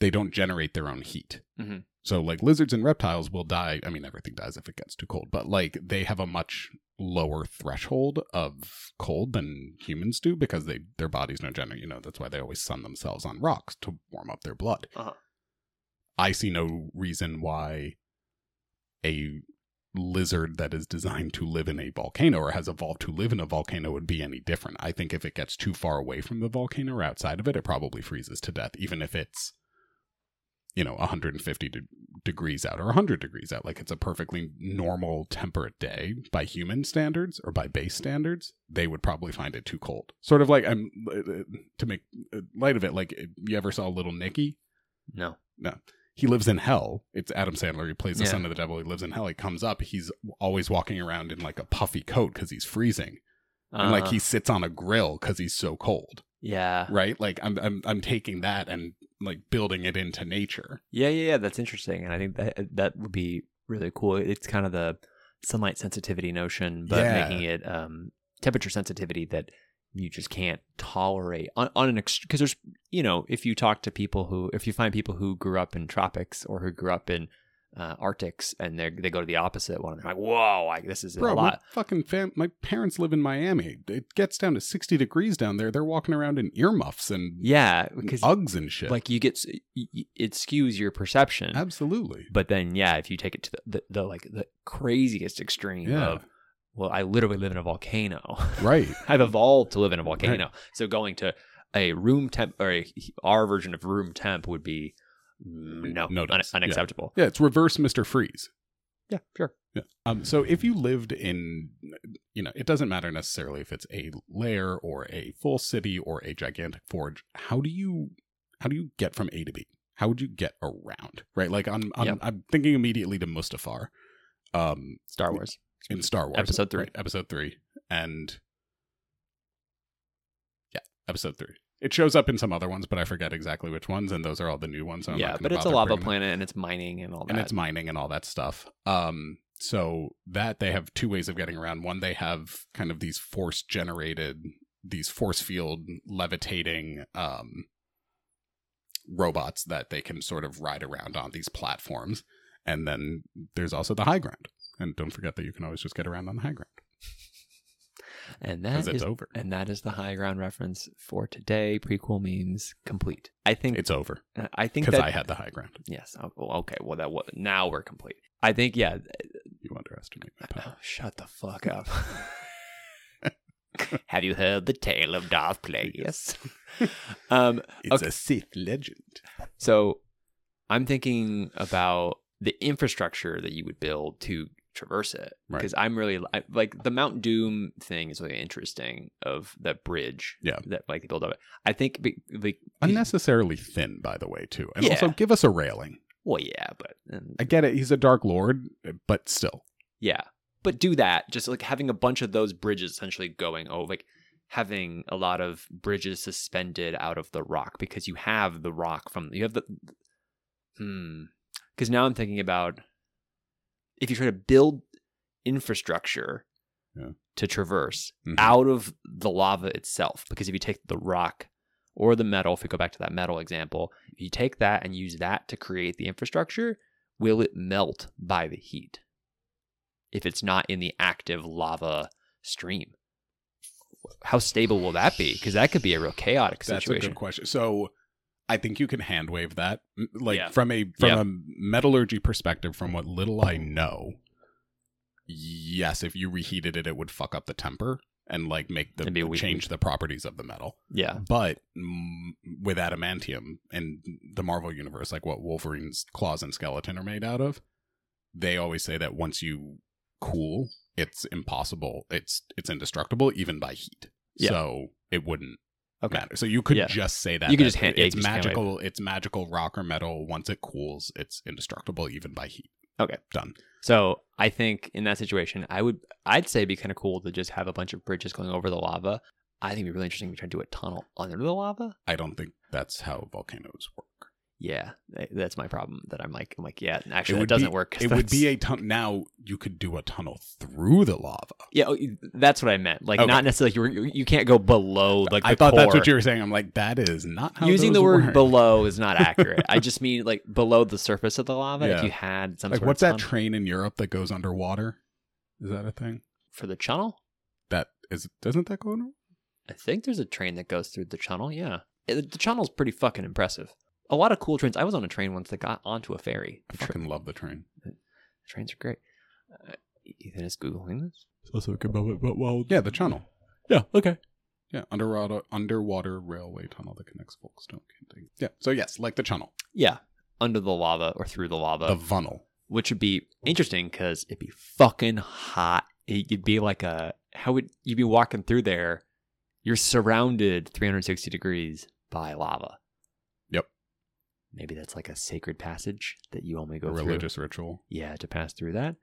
B: They don't generate their own heat.
A: Mhm.
B: So, like, lizards and reptiles will die. I mean, everything dies if it gets too cold, but like, they have a much lower threshold of cold than humans do because they their bodies don't generate you know that's why they always sun themselves on rocks to warm up their blood
A: Uh-huh.
B: i see no reason why a lizard that is designed to live in a volcano or has evolved to live in a volcano would be any different i think if it gets too far away from the volcano or outside of it it probably freezes to death even if it's you know 150 de- degrees out or 100 degrees out. Like it's a perfectly normal temperate day by human standards or by base standards. They would probably find it too cold. Sort of like um, I'm to make light of it. Like you ever saw Little Nicky?
A: No,
B: he lives in hell. It's Adam Sandler. He plays the
A: Yeah.
B: son of the devil. He lives in hell. He comes up. He's always walking around in like a puffy coat because he's freezing, and like
A: Uh,
B: he sits on a grill because he's so cold.
A: yeah.
B: Right? Like I'm I'm I'm taking that and like building it into nature.
A: Yeah, yeah, yeah. That's interesting, and I think that uh, that would be really cool. It's kind of the sunlight sensitivity notion, but
B: Yeah.
A: making it um, temperature sensitivity that you just can't tolerate on, on an because there's you know if you talk to people who if you find people who grew up in tropics or who grew up in uh, arctics and they they go to the opposite one and they're like whoa like this is a
B: Bro, my
A: lot
B: fucking fam- my parents live in Miami. It gets down to 60 degrees down there. They're walking around in earmuffs and
A: yeah
B: and
A: because
B: Uggs and shit.
A: like you get s- y- y- it skews your perception
B: absolutely.
A: But then, yeah, if you take it to the, the, the like the craziest extreme
B: Yeah.
A: of, well, I literally live in a volcano.
B: Right.
A: I've evolved to live in a volcano. So going to a room temp or a, our version of room temp would be mm, no,
B: No
A: un-
B: dice. Yeah.
A: unacceptable.
B: Yeah, it's reverse Mr. Freeze.
A: Yeah, sure.
B: Um, so if you lived in, you know, it doesn't matter necessarily if it's a lair or a full city or a gigantic forge. How do you, how do you get from A to B? How would you get around? Right, like I'm, I'm,
A: Yep.
B: I'm thinking immediately to Mustafar, um,
A: Star Wars.
B: in Star Wars,
A: Episode three.
B: right, episode three, and yeah, episode three. It shows up in some other ones, but I forget exactly which ones, and those are all the new ones. So I'm not
A: yeah,
B: gonna
A: but it's a
B: bother
A: lava
B: bringing them
A: planet and it's mining and all that.
B: and it's mining and all that stuff. Um, so that they have two ways of getting around. One, they have kind of these force generated, these force field levitating um, robots that they can sort of ride around on these platforms. And then there's also the high ground. And don't forget that you can always just get around on the high ground
A: and
B: because
A: that
B: it's
A: is
B: over.
A: and that is the high ground reference for today. Prequel memes complete. I think
B: It's over
A: I think
B: because
A: that
B: I had the high ground.
A: yes. Oh, okay. Well, that wa- now we're complete. I think yeah.
B: You underestimate my
A: Oh,
B: power.
A: shut the fuck up. Have you heard the tale of Darth Plagueis? um,
B: It's
A: Okay.
B: a Sith legend.
A: so I'm thinking about the infrastructure that you would build to traverse it.
B: Right.
A: Because I'm really I, like the Mount Doom thing is really interesting of that bridge.
B: Yeah.
A: That like they build up. I think be, like
B: Unnecessarily thin, by the way, too. And
A: Yeah.
B: also, give us a railing.
A: well yeah, but um,
B: I get it. He's a dark lord, but still.
A: Yeah. But do that. Just like having a bunch of those bridges essentially going over, like having a lot of bridges suspended out of the rock because you have the rock from, you have the, hmm. Because now I'm thinking about if you try to build infrastructure
B: Yeah.
A: to traverse
B: Mhm.
A: out of the lava itself, because if you take the rock or the metal, if we go back to that metal example, if you take that and use that to create the infrastructure, will it melt by the heat? if it's not in the active lava stream? How stable will that be? Because that could be a real chaotic
B: That's a
A: situation.
B: good question. So I think you can hand wave that. M- Like
A: Yeah.
B: from a from
A: Yeah.
B: a metallurgy perspective, from what little I know, yes, if you reheated it, it would fuck up the temper and like make the
A: It'd be a weak-
B: change the properties of the metal.
A: yeah.
B: But mm, with adamantium and the Marvel universe, like what Wolverine's claws and skeleton are made out of, they always say that once you cool, it's impossible. It's it's indestructible even by heat.
A: Yeah.
B: So it wouldn't
A: Okay.
B: matter. So you could
A: Yeah.
B: just say that
A: You could
B: that
A: just hand- yeah,
B: it's
A: you just hand wave.
B: magical. It's magical rock or metal. Once it cools, it's indestructible even by heat.
A: Okay.
B: done.
A: So I think in that situation, I would I'd say it'd be kind of cool to just have a bunch of bridges going over the lava. I think it'd be really interesting if we try to do a tunnel under the lava.
B: I don't think that's how volcanoes work.
A: Yeah, th- that's my problem. That I'm like I'm like yeah, actually it,
B: would
A: doesn't
B: be-
A: work. 'cause
B: It would
A: that's-
B: be a tunnel. Now you could do a tunnel through the lava.
A: yeah. oh, you- That's what I meant. Like
B: Okay.
A: not necessarily you were- you can't go below like
B: I
A: the
B: thought that's
A: core.
B: what you were saying. I'm like, that is not how
A: using the
B: those
A: word
B: work.
A: below is not accurate. I just mean like below the surface of the lava. If
B: Yeah.
A: you had some
B: Like,
A: sort
B: what's
A: of
B: that
A: tunnel-
B: train in Europe that goes underwater? Is that a thing?
A: for the channel?
B: That is. Doesn't that go under?
A: I think there's a train that goes through the channel. Yeah, It- the channel's pretty fucking impressive. A lot of cool trains. I was on a train once that got onto a ferry.
B: I
A: The tra-
B: fucking love the train.
A: trains are great. Uh, Ethan is googling this.
C: It's also a good moment, but well,
B: Yeah, the tunnel.
C: yeah, okay.
B: Yeah, underwater underwater railway tunnel that connects Folkestone. Canting. Yeah, so yes, like the tunnel,
A: Yeah, under the lava or through the lava,
B: the funnel.
A: which would be interesting because it'd be fucking hot. It, you'd be like a how would you be walking through there? You're surrounded 360 degrees by lava.
B: Yep.
A: Maybe that's like a sacred passage that you only go
B: a
A: through.
B: religious ritual.
A: yeah to pass through that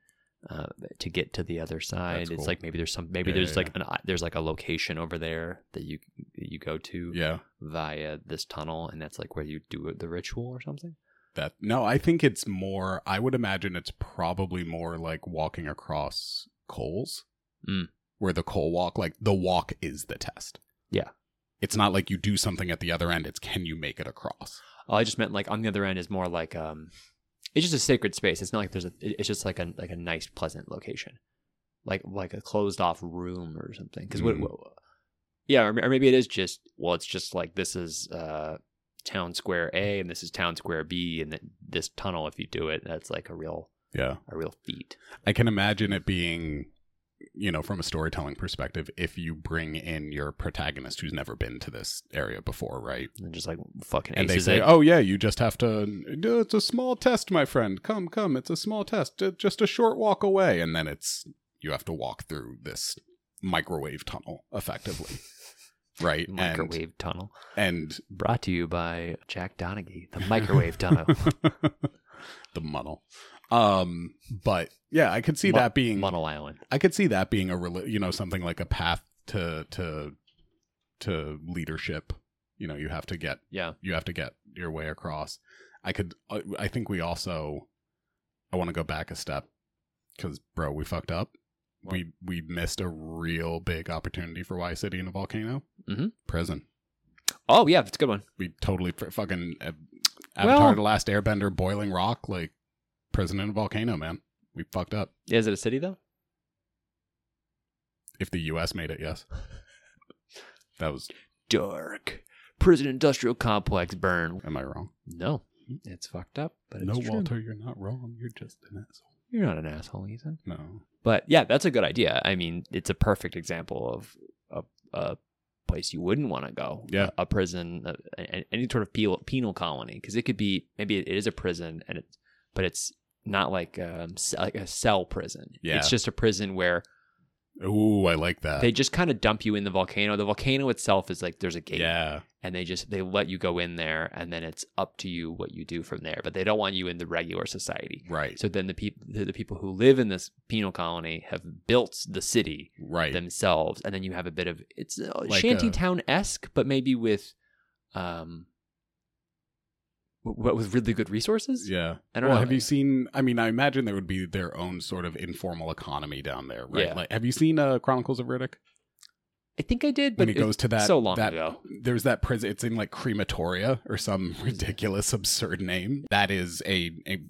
A: uh, to get to the other side
B: That's
A: it's
B: cool.
A: like maybe there's some maybe
B: Yeah,
A: there's
B: yeah,
A: like an uh, there's like a location over there that you that you go to
B: Yeah,
A: via this tunnel and that's like where you do the ritual or something
B: that no, I think it's more. I would imagine it's probably more like walking across coals,
A: Mm.
B: where the coal walk, like the walk, is the test.
A: Yeah.
B: it's not like you do something at the other end. It's can you make it across?
A: oh i just meant like on the other end is more like um it's just a sacred space it's not like there's a it- it's just like a like a nice pleasant location like like a closed off room or something because what,
B: Mm.
A: what- yeah or, or maybe it is just well it's just like this is uh town square a and this is town square b and th- this tunnel if you do it that's like a real
B: Yeah,
A: a real feat.
B: I can imagine it being, you know, from a storytelling perspective, if you bring in your protagonist who's never been to this area before, right?
A: And just like fucking
B: And they
A: aces
B: say,
A: it.
B: "Oh yeah, you just have to. It's a small test, my friend. Come, come. It's a small test. Ju- Just a short walk away." And then it's you have to walk through this microwave tunnel, effectively, right?
A: microwave tunnel.
B: And
A: Brought to you by Jack Donaghy, the microwave tunnel.
B: and the muddle. Um, but yeah, I could see
A: Mu-
B: that being
A: Muddle Island.
B: I could see that being a reli- you know something like a path to to to leadership. You know, you have to get
A: Yeah.
B: you have to get your way across. I could I I think we also I want to go back a step cuz bro, we fucked up.
A: What?
B: We we missed a real big opportunity for Y City and a volcano.
A: Mhm.
B: Prison.
A: Oh yeah, that's a good one.
B: We totally fr- fucking uh,
A: Well-
B: Avatar the Last Airbender Boiling Rock like prison and a volcano, man. We fucked up.
A: Is it a city though?
B: If the US made it, yes. That was
A: Dark. Prison industrial complex burn.
B: Am I wrong?
A: No. It's fucked up, but it's
B: no,
A: true.
B: Walter, you're not wrong. You're just an asshole.
A: You're not an asshole, Ethan.
B: No.
A: But yeah, that's a good idea. I mean, it's a perfect example of a, a place you wouldn't want to go.
B: Yeah.
A: a prison, uh, a- a- any sort of penal, penal colony, because it could be maybe it is a prison, and it's but it's not like um s- like a cell prison.
B: Yeah. Uh.
A: it's just a prison where
B: Ooh, I like that.
A: they just kind of dump you in the volcano. The volcano itself is like there's a gate,
B: yeah.
A: and they just they let you go in there, and then it's up to you what you do from there. But they don't want you in the regular society.
B: Right.
A: So then the people the the people who live in this penal colony have built the city
B: right.
A: themselves and then you have a bit of it's uh,
B: Like a-
A: shantytown esque but maybe with um what with really good resources
B: yeah.
A: i don't
B: Well,
A: know
B: have you seen? I mean, I imagine there would be their own sort of informal economy down there, right?
A: Yeah.
B: Like, have you seen uh, Chronicles of Riddick?
A: i think i did
B: When
A: but
B: he
A: it
B: goes to that
A: so long
B: that,
A: ago
B: There's that prison. It's in like crematoria or some ridiculous, absurd name. That is a a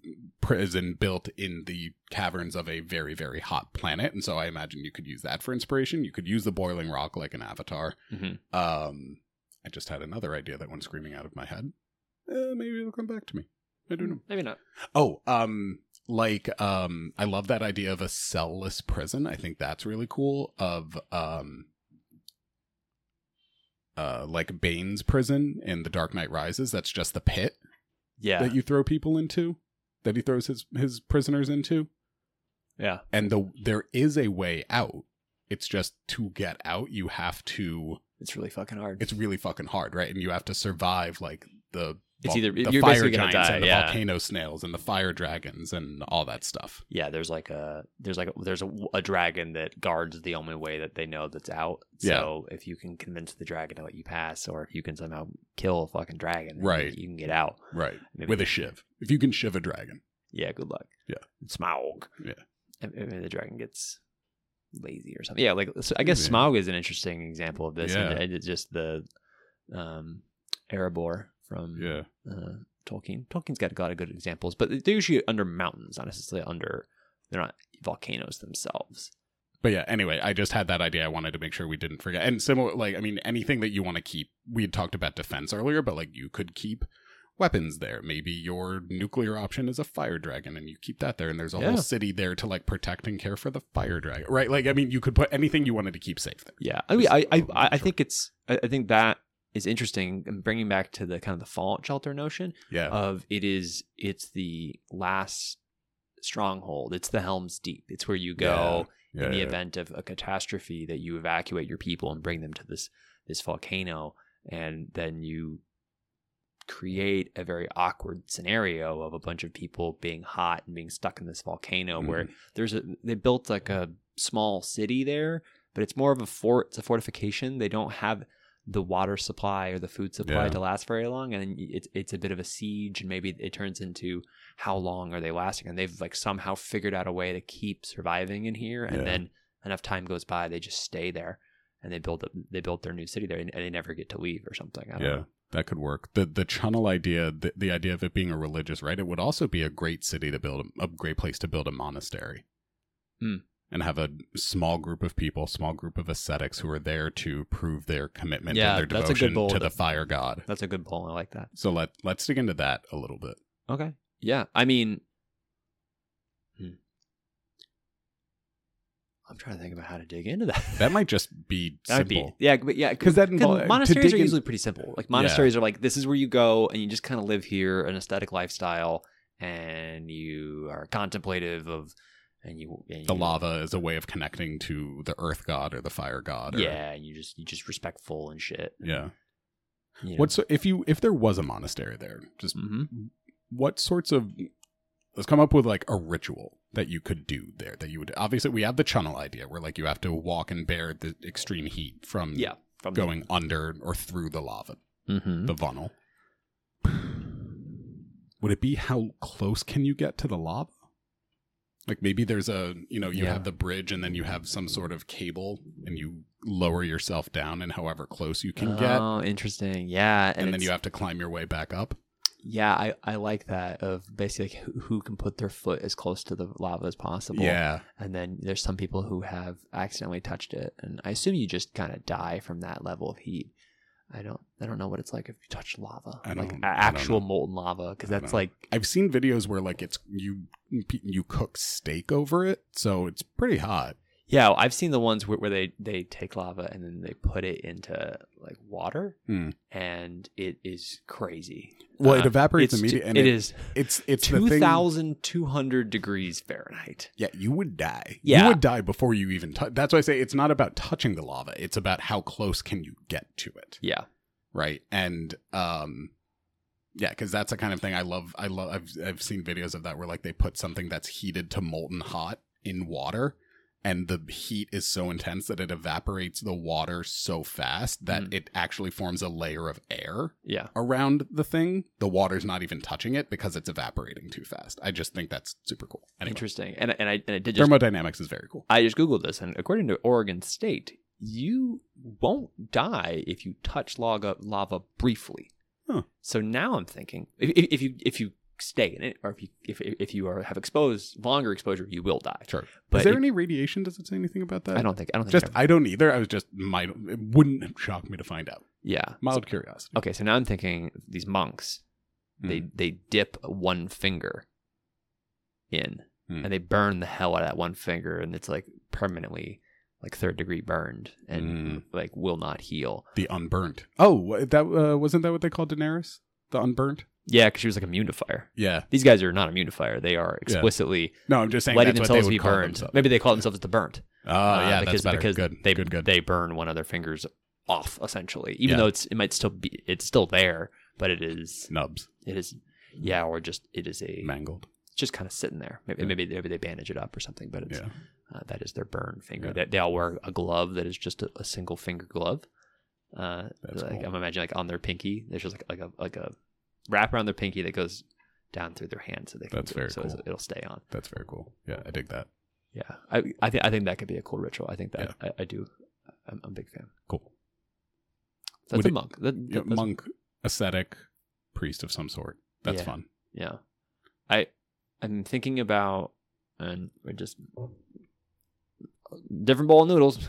B: prison built in the caverns of a very, very hot planet, and so I imagine you could use that for inspiration. You could use the boiling rock like an avatar.
A: Mhm.
B: Um, I just had another idea that went screaming out of my head. Uh, maybe it'll come back to me. I don't know.
A: maybe not
B: Oh, um, like, um, I love that idea of a cellless prison. I think that's really cool. Of, um, uh, like Bane's prison in The Dark Knight Rises. That's just the pit
A: yeah
B: that you throw people into, that he throws his his prisoners into.
A: yeah
B: And the there is a way out. It's just to get out, you have to
A: it's really fucking hard
B: it's really fucking hard, right? And you have to survive like the
A: It's
B: vol-
A: either-
B: the
A: you're
B: fire
A: basically gonna
B: giants
A: die,
B: and the
A: yeah.
B: volcano snails and the fire dragons and all that stuff.
A: yeah there's like a there's like a, there's a, a dragon that guards the only way that they know that's out
B: Yeah.
A: so if you can convince the dragon to let you pass or if you can somehow kill a fucking dragon then
B: Right.
A: you can get out
B: Right.
A: Maybe-
B: With a shiv. If you can shiv a dragon.
A: Yeah, good luck.
B: Yeah.
A: Smaug.
B: Yeah.
A: And, and the dragon gets lazy or something. Yeah, like so I guess
B: Yeah.
A: Smaug is an interesting example of this. And,
B: Yeah.
A: and it's just the um Erebor from uh, Tolkien. Tolkien's got a lot of good examples, but they're usually under mountains, not necessarily under they're not volcanoes themselves.
B: But yeah, anyway, I just had that idea. I wanted to make sure we didn't forget. And similar like I mean, anything that you want to keep. We had talked about defense earlier, but like you could keep weapons there. Maybe your nuclear option is a fire dragon and you keep that there and there's a
A: Yeah.
B: whole city there to like protect and care for the fire dragon. Right? Like I mean you could put anything you wanted to keep safe there.
A: Yeah, I mean,
B: Just
A: I, I,
B: overall
A: I I
B: short.
A: think it's, I I think that is interesting. And bringing back to the kind of the fallout shelter notion
B: Yeah.
A: of it is, it's the last stronghold. It's the Helm's Deep. It's where you go
B: Yeah,
A: Uh, in the
B: yeah.
A: event of a catastrophe that you evacuate your people and bring them to this this volcano, and then you create a very awkward scenario of a bunch of people being hot and being stuck in this volcano
B: Mm-hmm.
A: where there's a they built like a small city there, but it's more of a fort. It's a fortification. They don't have the water supply or the food supply
B: Yeah.
A: to last very long, and it's it's a bit of a siege, and maybe it turns into how long are they lasting? And they've like somehow figured out a way to keep surviving in here, and
B: Yeah.
A: then enough time goes by, they just stay there. And they build up, they build their new city there, and and they never get to leave or something. I don't
B: yeah,
A: know.
B: that could work. the The channel idea, the, the idea of it being a religious, right? It would also be a great city to build, a, a great place to build a monastery,
A: Hmm.
B: and have a small group of people, small group of ascetics who are there to prove their commitment
A: Yeah,
B: and their
A: that's a good
B: devotion
A: bold-
B: to the fire god.
A: That's a good poll. I like that.
B: So let let's dig into that a little bit.
A: Okay. Yeah. I mean, hmm. I'm trying to think about how to dig into that.
B: That might just be
A: That would
B: simple.
A: be yeah, but yeah,
B: 'Cause that invol- to
A: monasteries
B: dig
A: are
B: in-
A: usually pretty simple. Like monasteries are like this is where you go and you just kind of live here, an aesthetic lifestyle, and you are contemplative of, and you and
B: the
A: you-
B: lava is a way of connecting to the earth god or the fire god. Or,
A: Yeah, and you just you just respectful and shit.
B: yeah.
A: you know?
B: What's if you if there was a monastery there, just
A: Mhm.
B: what sorts of let's come up with like a ritual that you could do there that you would obviously we have the channel idea where like you have to walk and bear the extreme heat from
A: yeah from the-
B: going under or through the lava
A: Mhm.
B: the funnel would it be how close can you get to the lava like maybe there's a you know you
A: Yeah.
B: have the bridge and then you have some sort of cable and you lower yourself down and however close you can get
A: Oh, interesting. Yeah,
B: and then
A: it's-
B: you have to climb your way back up
A: Yeah, I, I like that of basically who, who can put their foot as close to the lava as possible.
B: yeah
A: And then there's some people who have accidentally touched it, and I assume you just kind of die from that level of heat. I don't I don't know what it's like if you touch lava,
B: I
A: like
B: don't-
A: a-
B: I don't
A: actual
B: know.
A: molten lava, because
B: I don't
A: that's
B: know.
A: like
B: I've seen videos where like it's you you cook steak over it, so it's pretty hot.
A: yeah. I've seen the ones where, where they they take lava and then they put it into like water,
B: Hmm.
A: and it is crazy.
B: Well, it
A: Uh,
B: evaporates
A: it's
B: immediately. and
A: it is
B: It's it's the
A: two
B: thing.
A: thousand two hundred degrees Fahrenheit.
B: Yeah, you would die.
A: Yeah.
B: you would die before you even. T- That's why I say it's not about touching the lava. It's about how close can you get to it,
A: Yeah.
B: right? And um. Yeah, because that's the kind of thing I love. I love. I've I've seen videos of that where like they put something that's heated to molten hot in water, and the heat is so intense that it evaporates the water so fast that
A: Mm.
B: it actually forms a layer of air
A: Yeah.
B: around the thing, the water's not even touching it because it's evaporating too fast. I just think that's super cool. Anyway,
A: Interesting. And and I and I did just
B: thermodynamics is very cool.
A: I just googled this, and according to Oregon State, you won't die if you touch lava lava briefly.
B: Huh.
A: So now I'm thinking, if, if, if you if you stay in it, or if you if if you are have exposed longer exposure, you will die.
B: Sure.
A: But
B: is there
A: if-
B: any radiation? Does it say anything about that?
A: I don't think I don't think
B: Just
A: there-
B: I don't either. I was just my. It wouldn't shock me to find out.
A: yeah.
B: Mild curiosity.
A: Okay, so now I'm thinking these monks, they they dip one finger in,
B: Hmm.
A: and they burn the hell out of that one finger, and it's like permanently like third degree burned, and like will not heal.
B: The unburnt. Oh, that uh, wasn't that what they called Daenerys? The unburnt.
A: Yeah, because she was like immune to fire.
B: Yeah.
A: These guys are not immune to fire. They are explicitly
B: No, I'm just saying
A: letting
B: that's what they
A: themselves
B: would
A: be
B: call
A: burned.
B: themselves.
A: Maybe they call themselves the burnt.
B: Oh
A: uh,
B: yeah,
A: because
B: that's better.
A: because
B: good.
A: they
B: good. Good.
A: they burn one of their fingers off essentially. Even
B: Yeah.
A: though it's it might still be it's still there, but it is
B: Nubs
A: it is yeah, or just it is a
B: mangled.
A: it's just kind of sitting there. Maybe maybe maybe they bandage it up or something, but it's
B: Yeah.
A: uh, that is their burn finger.
B: Yeah.
A: They, they all wear a glove that is just a, a single finger glove. Uh,
B: That's
A: like
B: cool.
A: I'm imagining, like on their pinky, there's just like like a like a wrap around their pinky that goes down through their hand, so they can
B: That's
A: do it,
B: very
A: so
B: cool.
A: it'll stay on.
B: That's very cool. Yeah, I dig that.
A: Yeah, I I think I think that could be a cool ritual. I think that I, I do. I'm, I'm a big fan.
B: Cool.
A: That's
B: Would
A: a
B: it-
A: monk. That,
B: Yeah,
A: that- that's-
B: monk, ascetic, priest of some sort. That's
A: Yeah.
B: fun.
A: Yeah, I I'm thinking about and we're just different bowl of noodles.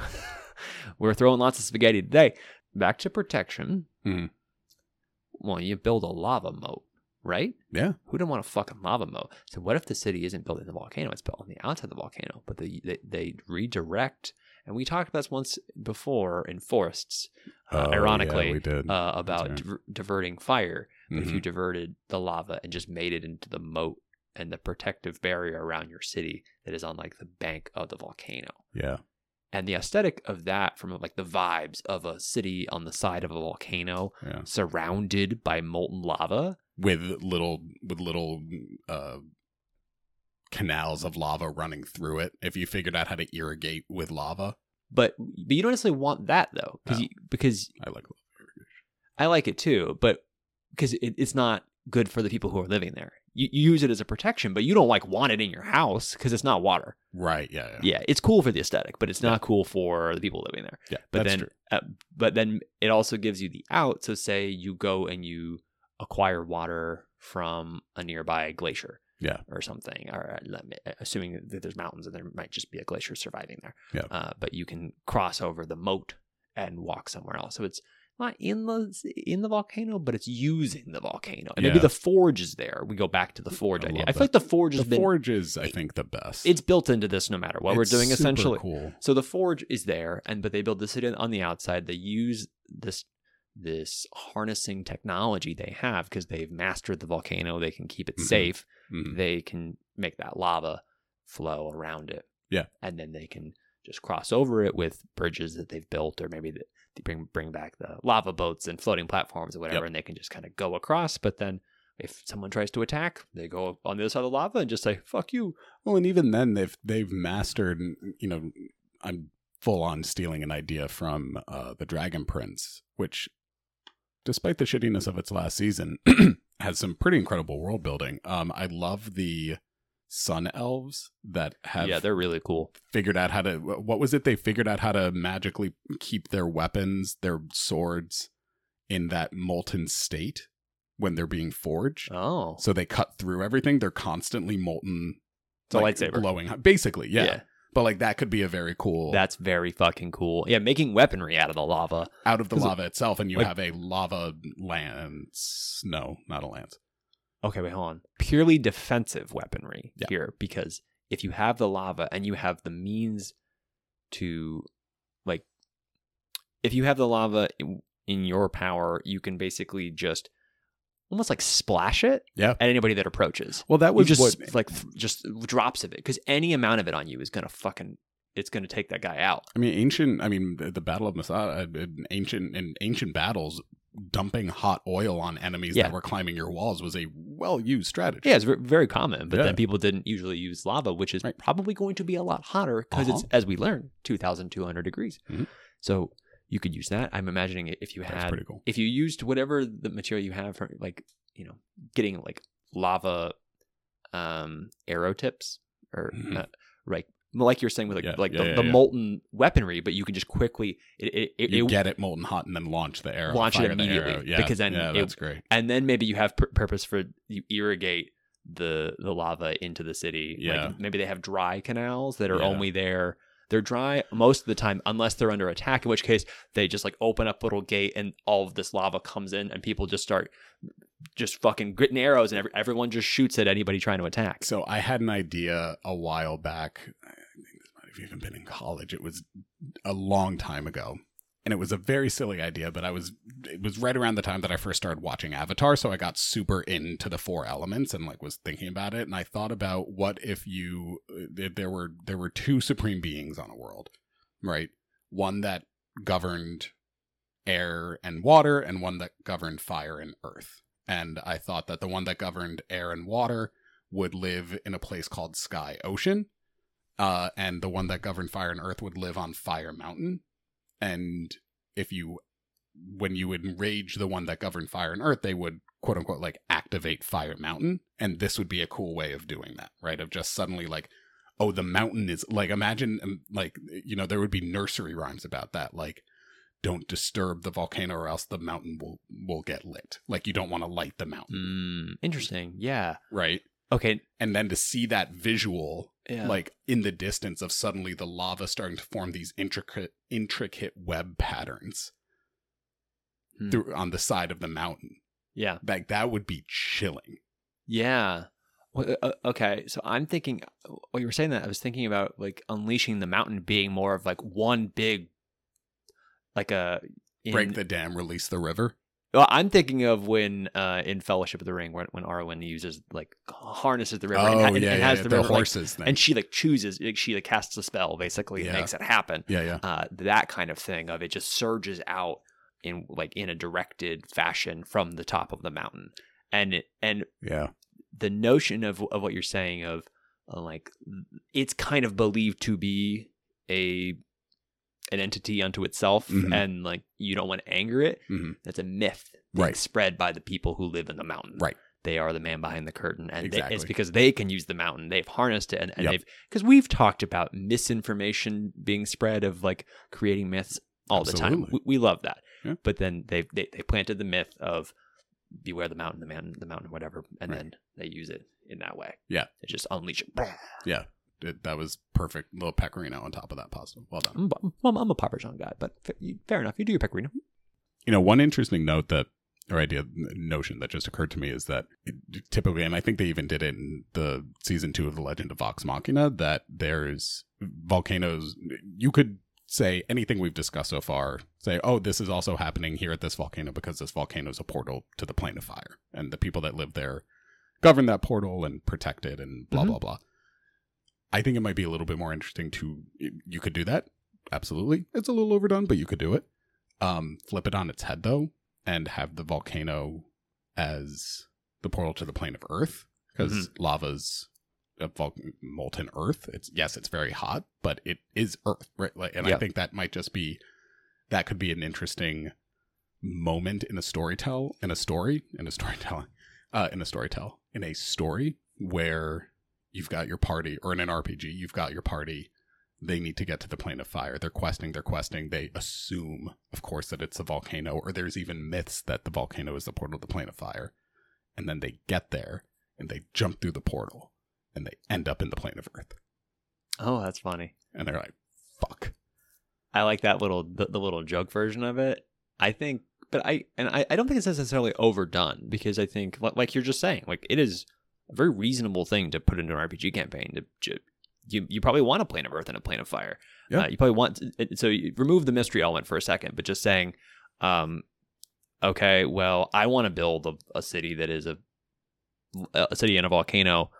A: we're throwing lots of spaghetti today. Back to protection.
B: Mhm.
A: Well, you build a lava moat, right?
B: Yeah.
A: Who don't want a fucking lava moat? So what if the city isn't built in the volcano? It's built on the outside of the volcano, but they they, they redirect. And we talked about this once before in forests, uh,
B: Oh, yeah,
A: ironically,
B: we did.
A: uh, about
B: right.
A: diver- diverting fire. But if
B: Mhm.
A: you diverted the lava and just made it into the moat and the protective barrier around your city that is on like the bank of the volcano,
B: yeah.
A: and the aesthetic of that from like the vibes of a city on the side of a volcano
B: Yeah.
A: surrounded by molten lava
B: with little with little uh canals of lava running through it if you figured out how to irrigate with lava
A: but but you don't necessarily want that though because
B: No.
A: you because
B: i like
A: I like it too but because it, it's not good for the people who are living there you, you use it as a protection but you don't like want it in your house because it's not water
B: right yeah yeah,
A: yeah it's cool for the aesthetic but it's not cool for the people living there
B: Yeah,
A: but
B: that's
A: then
B: true.
A: Uh, but then it also gives you the out so say you go and you acquire water from a nearby glacier
B: Yeah.
A: or something or uh, let me- assuming that there's mountains and there might just be a glacier surviving there
B: Yeah.
A: uh, but you can cross over the moat and walk somewhere else so it's not in the in the volcano, but it's using the volcano, and maybe
B: Yeah. Mm,
A: the forge is there. We go back to the forge
B: I
A: idea.
B: love
A: I feel
B: that.
A: like the forge has
B: the
A: been
B: forge is i think the best
A: it's built into this no matter what we're
B: It's
A: doing
B: super
A: essentially.
B: cool
A: So the forge is there, and but they build the city on the outside. They use this this harnessing technology they have because they've mastered the volcano. They can keep it
B: Mhm.
A: safe.
B: Mhm.
A: They can make that lava flow around it.
B: Yeah.
A: and then they can just cross over it with bridges that they've built, or maybe that they bring bring back the lava boats and floating platforms or whatever,
B: Yep.
A: and they can just kind of go across. But then. If someone tries to attack, they go on the other side of the lava and just say "fuck you."
B: Well, and even then, they've they've mastered. You know, I'm full on stealing an idea from uh, the Dragon Prince, which, despite the shittiness of its last season, has some pretty incredible world building. Um, I love the sun elves that have
A: yeah, they're really cool.
B: figured out how to. What was it? They figured out how to magically keep their weapons, their swords, in that molten state when they're being forged.
A: Oh,
B: So they cut through everything. They're constantly molten
A: it's a
B: like,
A: lightsaber.
B: glowing hot- basically yeah. but like that could be a very cool
A: That's very fucking cool. Yeah, making weaponry out of the lava.
B: out of the
A: 'cause-
B: lava itself and you
A: like-
B: have a lava lance no not a lance
A: Okay, wait, hold on. Purely defensive weaponry
B: Yeah.
A: here because if you have the lava and you have the means to, like, if you have the lava in, in your power, you can basically just almost like splash it
B: Yeah.
A: at anybody that approaches.
B: well that
A: You
B: was
A: just
B: what
A: like th- just drops of it because any amount of it on you is gonna fucking it's gonna take that guy out.
B: i mean ancient i mean the, the battle of masada uh, in ancient in ancient battles dumping hot oil on enemies
A: Yeah.
B: that were climbing your walls was a well-used strategy
A: Yeah, it's ver- very common, but
B: Yeah.
A: then people didn't usually use lava, which is
B: Right. Uh-huh.
A: probably going to be a lot hotter because it's, as we learned, 2,200 degrees.
B: Mhm.
A: So you could use that. I'm imagining it if you
B: that's
A: had,
B: pretty cool
A: if you used whatever the material you have for, like, you know, getting like lava um, arrow tips or
B: Mhm.
A: uh, like, like you're saying with like,
B: Yeah,
A: like
B: yeah,
A: the,
B: yeah,
A: the
B: yeah.
A: molten weaponry, but you can just quickly, it, it, it,
B: you
A: it-
B: get it molten hot and then launch the arrow
A: Launch it
B: fire the
A: immediately,
B: arrow. yeah
A: because then
B: yeah
A: it-
B: that's great
A: and then maybe you have pur- purpose for you irrigate the the lava into the city.
B: Yeah.
A: Like maybe they have dry canals that are
B: Yeah.
A: only there. They're dry most of the time, unless they're under attack. In which case, they just like open up a little gate, and all of this lava comes in, and people just start just fucking gritting arrows, and every, everyone just shoots at anybody trying to attack.
B: So I had an idea a while back. I think this might have even been in college. It was a long time ago. And it was a very silly idea, but I was it was right around the time that I first started watching Avatar, so I got super into the four elements and like was thinking about it and I thought about what if you uh, if there were there were two supreme beings on a world, right? One that governed air and water and one that governed fire and earth. And I thought that the one that governed air and water would live in a place called Sky Ocean, uh, and the one that governed Fire and Earth would live on Fire Mountain. And if you, when you enrage the one that governed Fire and Earth, they would quote unquote like activate Fire Mountain, and this would be a cool way of doing that, right? Of just suddenly like, oh, the mountain is like imagine um, like you know there would be nursery rhymes about that, like. Don't disturb the volcano, or else the mountain will will get lit. Like you don't want to light the mountain,
A: Mm, interesting. Yeah.
B: right?
A: Okay.
B: And then to see that visual
A: Yeah.
B: like in the distance of suddenly the lava starting to form these intricate intricate web patterns
A: Hmm.
B: through on the side of the mountain
A: yeah.
B: like that would be chilling
A: Yeah. Well, uh, okay, so I'm thinking while you were saying that, I was thinking about like unleashing the mountain being more of like one big, like a in-
B: break the dam release the river
A: Well, I'm thinking of when uh, in Fellowship of the Ring, when, when Arwen uses like harnesses the river and,
B: oh,
A: ha- and,
B: yeah,
A: and
B: yeah,
A: has
B: yeah,
A: the
B: the
A: river, like,
B: horses thing.
A: and she like chooses, like, she like casts a spell basically and
B: Yeah.
A: makes it happen.
B: yeah, yeah.
A: Uh, that kind of thing of it just surges out in like in a directed fashion from the top of the mountain, and it, and
B: Yeah.
A: the notion of of what you're saying of uh, like it's kind of believed to be a an entity unto itself
B: Mhm.
A: and like you don't want to anger it
B: Mhm.
A: that's a myth that's
B: Right.
A: spread by the people who live in the mountain
B: Right.
A: they are the man behind the curtain and they, it's
B: Exactly.
A: because they can use the mountain they've harnessed it and, and
B: Yep.
A: they've because we've talked about misinformation being spread of like creating myths all the time
B: Absolutely.
A: we, we love that
B: Yeah.
A: but then they, they they planted the myth of beware the mountain the man the mountain whatever and
B: Right.
A: then they use it in that way
B: Yeah.
A: it just unleash
B: It- that was perfect. Little pecorino on top of that pasta. Well done.
A: I'm, I'm, I'm a Papa John guy but fa- you- fair enough you do your pecorino
B: you know, one interesting note that or idea notion that just occurred to me is that typically, and I think they even did it in the season two of The Legend of Vox Machina, that there's volcanoes. You could say anything we've discussed so far. Say, oh, this is also happening here at this volcano because this volcano is a portal to the plane of fire, and the people that live there govern that portal and protect it, and blah
A: Mhm.
B: blah blah. I think it might be a little bit more interesting to you could do that. Absolutely, it's a little overdone, but you could do it um, flip it on its head though and have the volcano as the portal to the plane of earth because lava's a vol- molten earth it's yes it's very hot but it is earth right like, and
A: Yeah.
B: i think that might just be that could be an interesting moment in a storytell in a story in a storytelling uh, in a storytell in a story where you've got your party or in an rpg you've got your party they need to get to the plane of fire. They're questing, they're questing. They assume, of course, that it's a volcano, or there's even myths that the volcano is the portal to the plane of fire. And then they get there and they jump through the portal and they end up in the plane of earth.
A: oh that's funny
B: And they're like, fuck.
A: I like that little the, the little joke version of it. I think, but I and I, I don't think it's necessarily overdone because I think li- like you're just saying like it is a very reasonable thing to put into an RPG campaign. To, ju- you you probably want a plane of earth and a plane of fire.
B: Yeah.
A: Uh, you probably want it, so you remove the mystery element for a second, but just saying, um, okay, well, I want to build a, a city that is a a city in a volcano,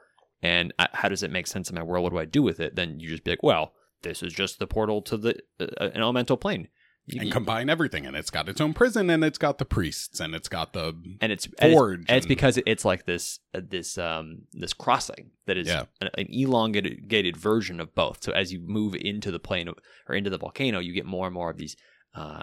A: and I, how does it make sense in my world? What do I do with it? Then you just be like, well, this is just the portal to the uh, an elemental plane. You-
B: And
A: you-
B: combine everything. And it's got its own prison and it's got the priests and it's got the.
A: and it's and it's,
B: forge
A: and it's
B: and-
A: because it's like this uh, this um this crossing that is
B: Yeah.
A: an, an elongated gated version of both. So as you move into the plane of, or into the volcano, you get more and more of these uh,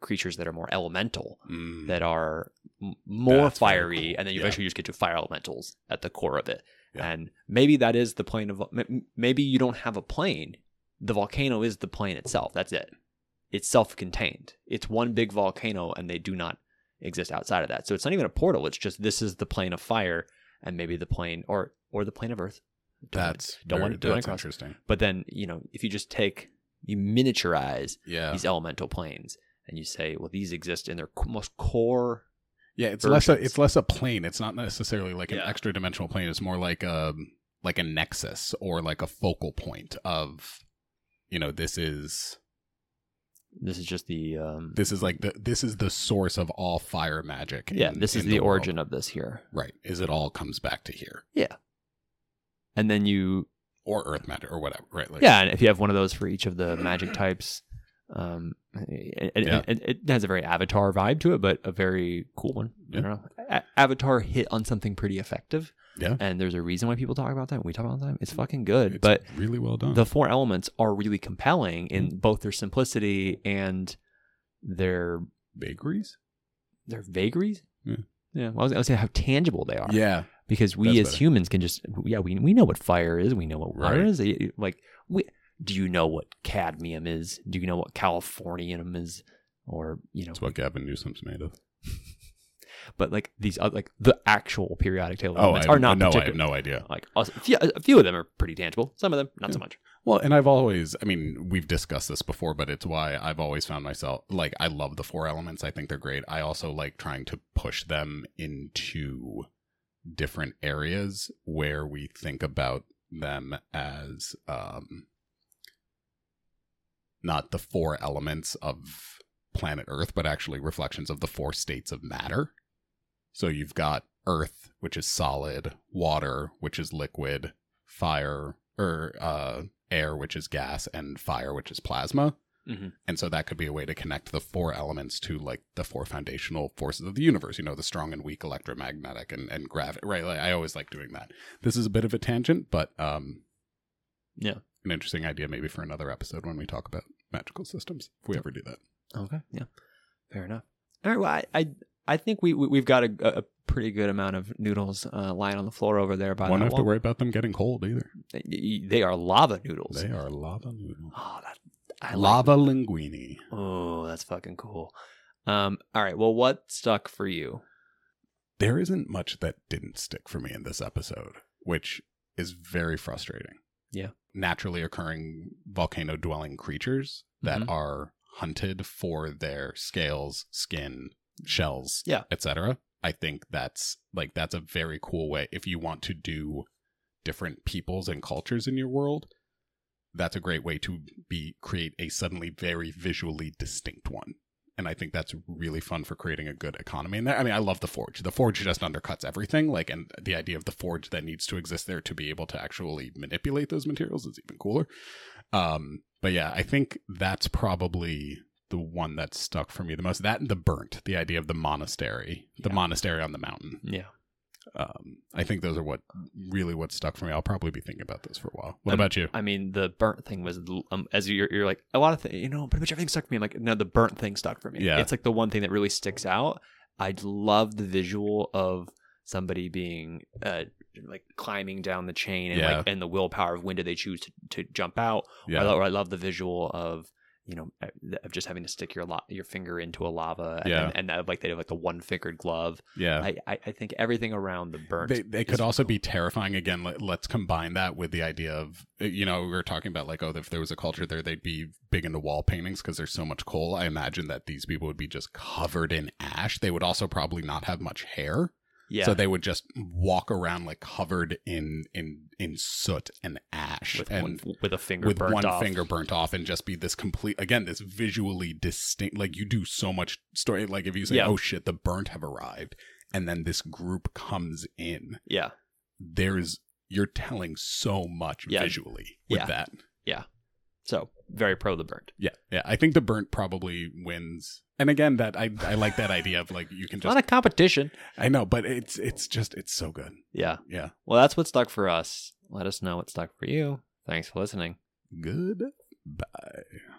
A: creatures that are more elemental,
B: Mm,
A: that are m- more
B: That's very
A: fiery,
B: cool.
A: and then you
B: Yeah.
A: eventually just get to fire elementals at the core of it.
B: Yeah.
A: And maybe that is the plane of m- maybe you don't have a plane. The volcano is the plane itself. That's it. It's self-contained. It's one big volcano, and they do not exist outside of that. So it's not even a portal. It's just this is the plane of fire, and maybe the plane or or the plane of Earth. Don't want-
B: that's
A: don't
B: very-
A: want don't want
B: that's
A: to cross.
B: interesting.
A: But then you know if you just take you miniaturize
B: Yeah.
A: these elemental planes and you say, well, these exist in their co- most core
B: Yeah, it's less a,
A: versions.
B: it's less a plane. It's not necessarily like an
A: Yeah.
B: extra dimensional plane. It's more like a like a nexus or like a focal point of you know this is
A: This is just the um
B: this is like the this is the source of all fire magic.
A: yeah,
B: in-
A: this is
B: in
A: the,
B: world.
A: origin of this here.
B: right? Is it all comes back to here
A: And then you
B: or Earth matter or whatever, right? Like,
A: yeah, and if you have one of those for each of the magic types, um it, it-
B: Yeah.
A: it, it has a very avatar vibe to it, but a very cool one. I
B: Yeah.
A: don't know. A- avatar hit on something pretty effective.
B: Yeah.
A: And there's a reason why people talk about that. We talk about that. It's fucking good.
B: it's
A: but
B: really well done.
A: the four elements are really compelling
B: Mm.
A: in both their simplicity and their
B: bakeries,
A: their vagaries.
B: Yeah.
A: yeah well, I was going to say how tangible they are.
B: Mm. yeah,
A: because we
B: That's
A: as
B: better.
A: humans can just yeah we we know what fire is we know what water
B: Right.
A: is It- it- like we do you know what cadmium is do you know what californium is or you know
B: that's what Gavin Newsom's made of.
A: but like these other like the actual periodic table
B: Oh,
A: elements
B: I
A: are not
B: no, I
A: particular
B: have no idea.
A: like us- a few, a few of them are pretty tangible some of them not so much
B: Well, and I've always, I mean, we've discussed this before, but it's why I've always found myself like, I love the four elements. I think they're great. I also like trying to push them into different areas where we think about them as um, not the four elements of planet Earth, but actually reflections of the four states of matter. So you've got Earth, which is solid, water, which is liquid, fire, or uh, air, which is gas, and fire, which is plasma.
A: Mhm.
B: And so that could be a way to connect the four elements to like the four foundational forces of the universe, you know, the strong and weak electromagnetic and, and gravity, right? Like, I always like doing that. This is a bit of a tangent, but um,
A: Yeah.
B: an interesting idea maybe for another episode when we talk about magical systems, if we ever do that.
A: Okay. Yeah. Fair enough. All right. Well, I I, I think we, we we've got a, a pretty good amount of noodles uh, lying on the floor over there. By
B: Won't
A: that
B: have to
A: wall.
B: worry about them getting cold either.
A: They, they are lava noodles.
B: They are lava noodles.
A: Oh, that I love.
B: Lava linguini.
A: Oh, that's fucking cool. Um. All right. Well, what stuck for you?
B: There isn't much that didn't stick for me in this episode, which is very frustrating.
A: Yeah.
B: Naturally occurring volcano dwelling creatures that
A: Mhm.
B: are hunted for their scales, skin, shells,
A: Yeah.
B: etc. I think that's like that's a very cool way if you want to do different peoples and cultures in your world. That's a great way to be create a suddenly very visually distinct one. And I think that's really fun for creating a good economy. And that, I mean, I love the forge. The forge just undercuts everything. Like, and the idea of the forge that needs to exist there to be able to actually manipulate those materials is even cooler. Um, but yeah, I think that's probably the one that stuck for me the most. That and the burnt, the idea of the monastery, the
A: Yeah.
B: monastery on the mountain.
A: Yeah.
B: Um, I think those are what really what stuck for me. I'll probably be thinking about this for a while. What
A: Um,
B: about you?
A: I mean, the burnt thing was l- um, as you're you're like a lot of things. You know, pretty much everything stuck for me. I'm like, no, the burnt thing stuck for me.
B: Yeah.
A: It's like the one thing that really sticks out. I love the visual of somebody being uh like climbing down the chain and like and the willpower of when do they choose to, to jump out.
B: Yeah,
A: I, love, I love the visual of you know of just having to stick your lo- your finger into a lava. And,
B: Yeah.
A: And, that, like they have like the one fingered glove.
B: yeah.
A: I, I I think everything around the burnt.
B: Oh. they, they
A: is
B: could also
A: cool.
B: be terrifying again let, let's combine that with the idea of uh, you know we were talking about like oh if there was a culture there they'd be big into wall paintings because there's so much coal i imagine that these people would be just covered in ash they would also probably not have much hair
A: yeah.
B: so they would just walk around like covered in in in soot and ash
A: with
B: and
A: one, with a finger
B: with
A: burnt
B: one
A: off.
B: finger burnt off and just be this complete again this visually distinct like you do so much story like if you say
A: Yeah.
B: oh shit the burnt have arrived and then this group comes in
A: Yeah.
B: there's you're telling so much
A: Yeah.
B: visually with
A: Yeah.
B: that.
A: So very pro the burnt.
B: Yeah, yeah. I think the burnt probably wins. And again, that I I like that idea of like you can
A: It's not
B: just
A: a competition.
B: I know, but it's it's just it's so good.
A: Yeah.
B: Yeah.
A: Well, that's what stuck for us. Let us know what stuck for you. Thanks for listening.
B: Good. Bye.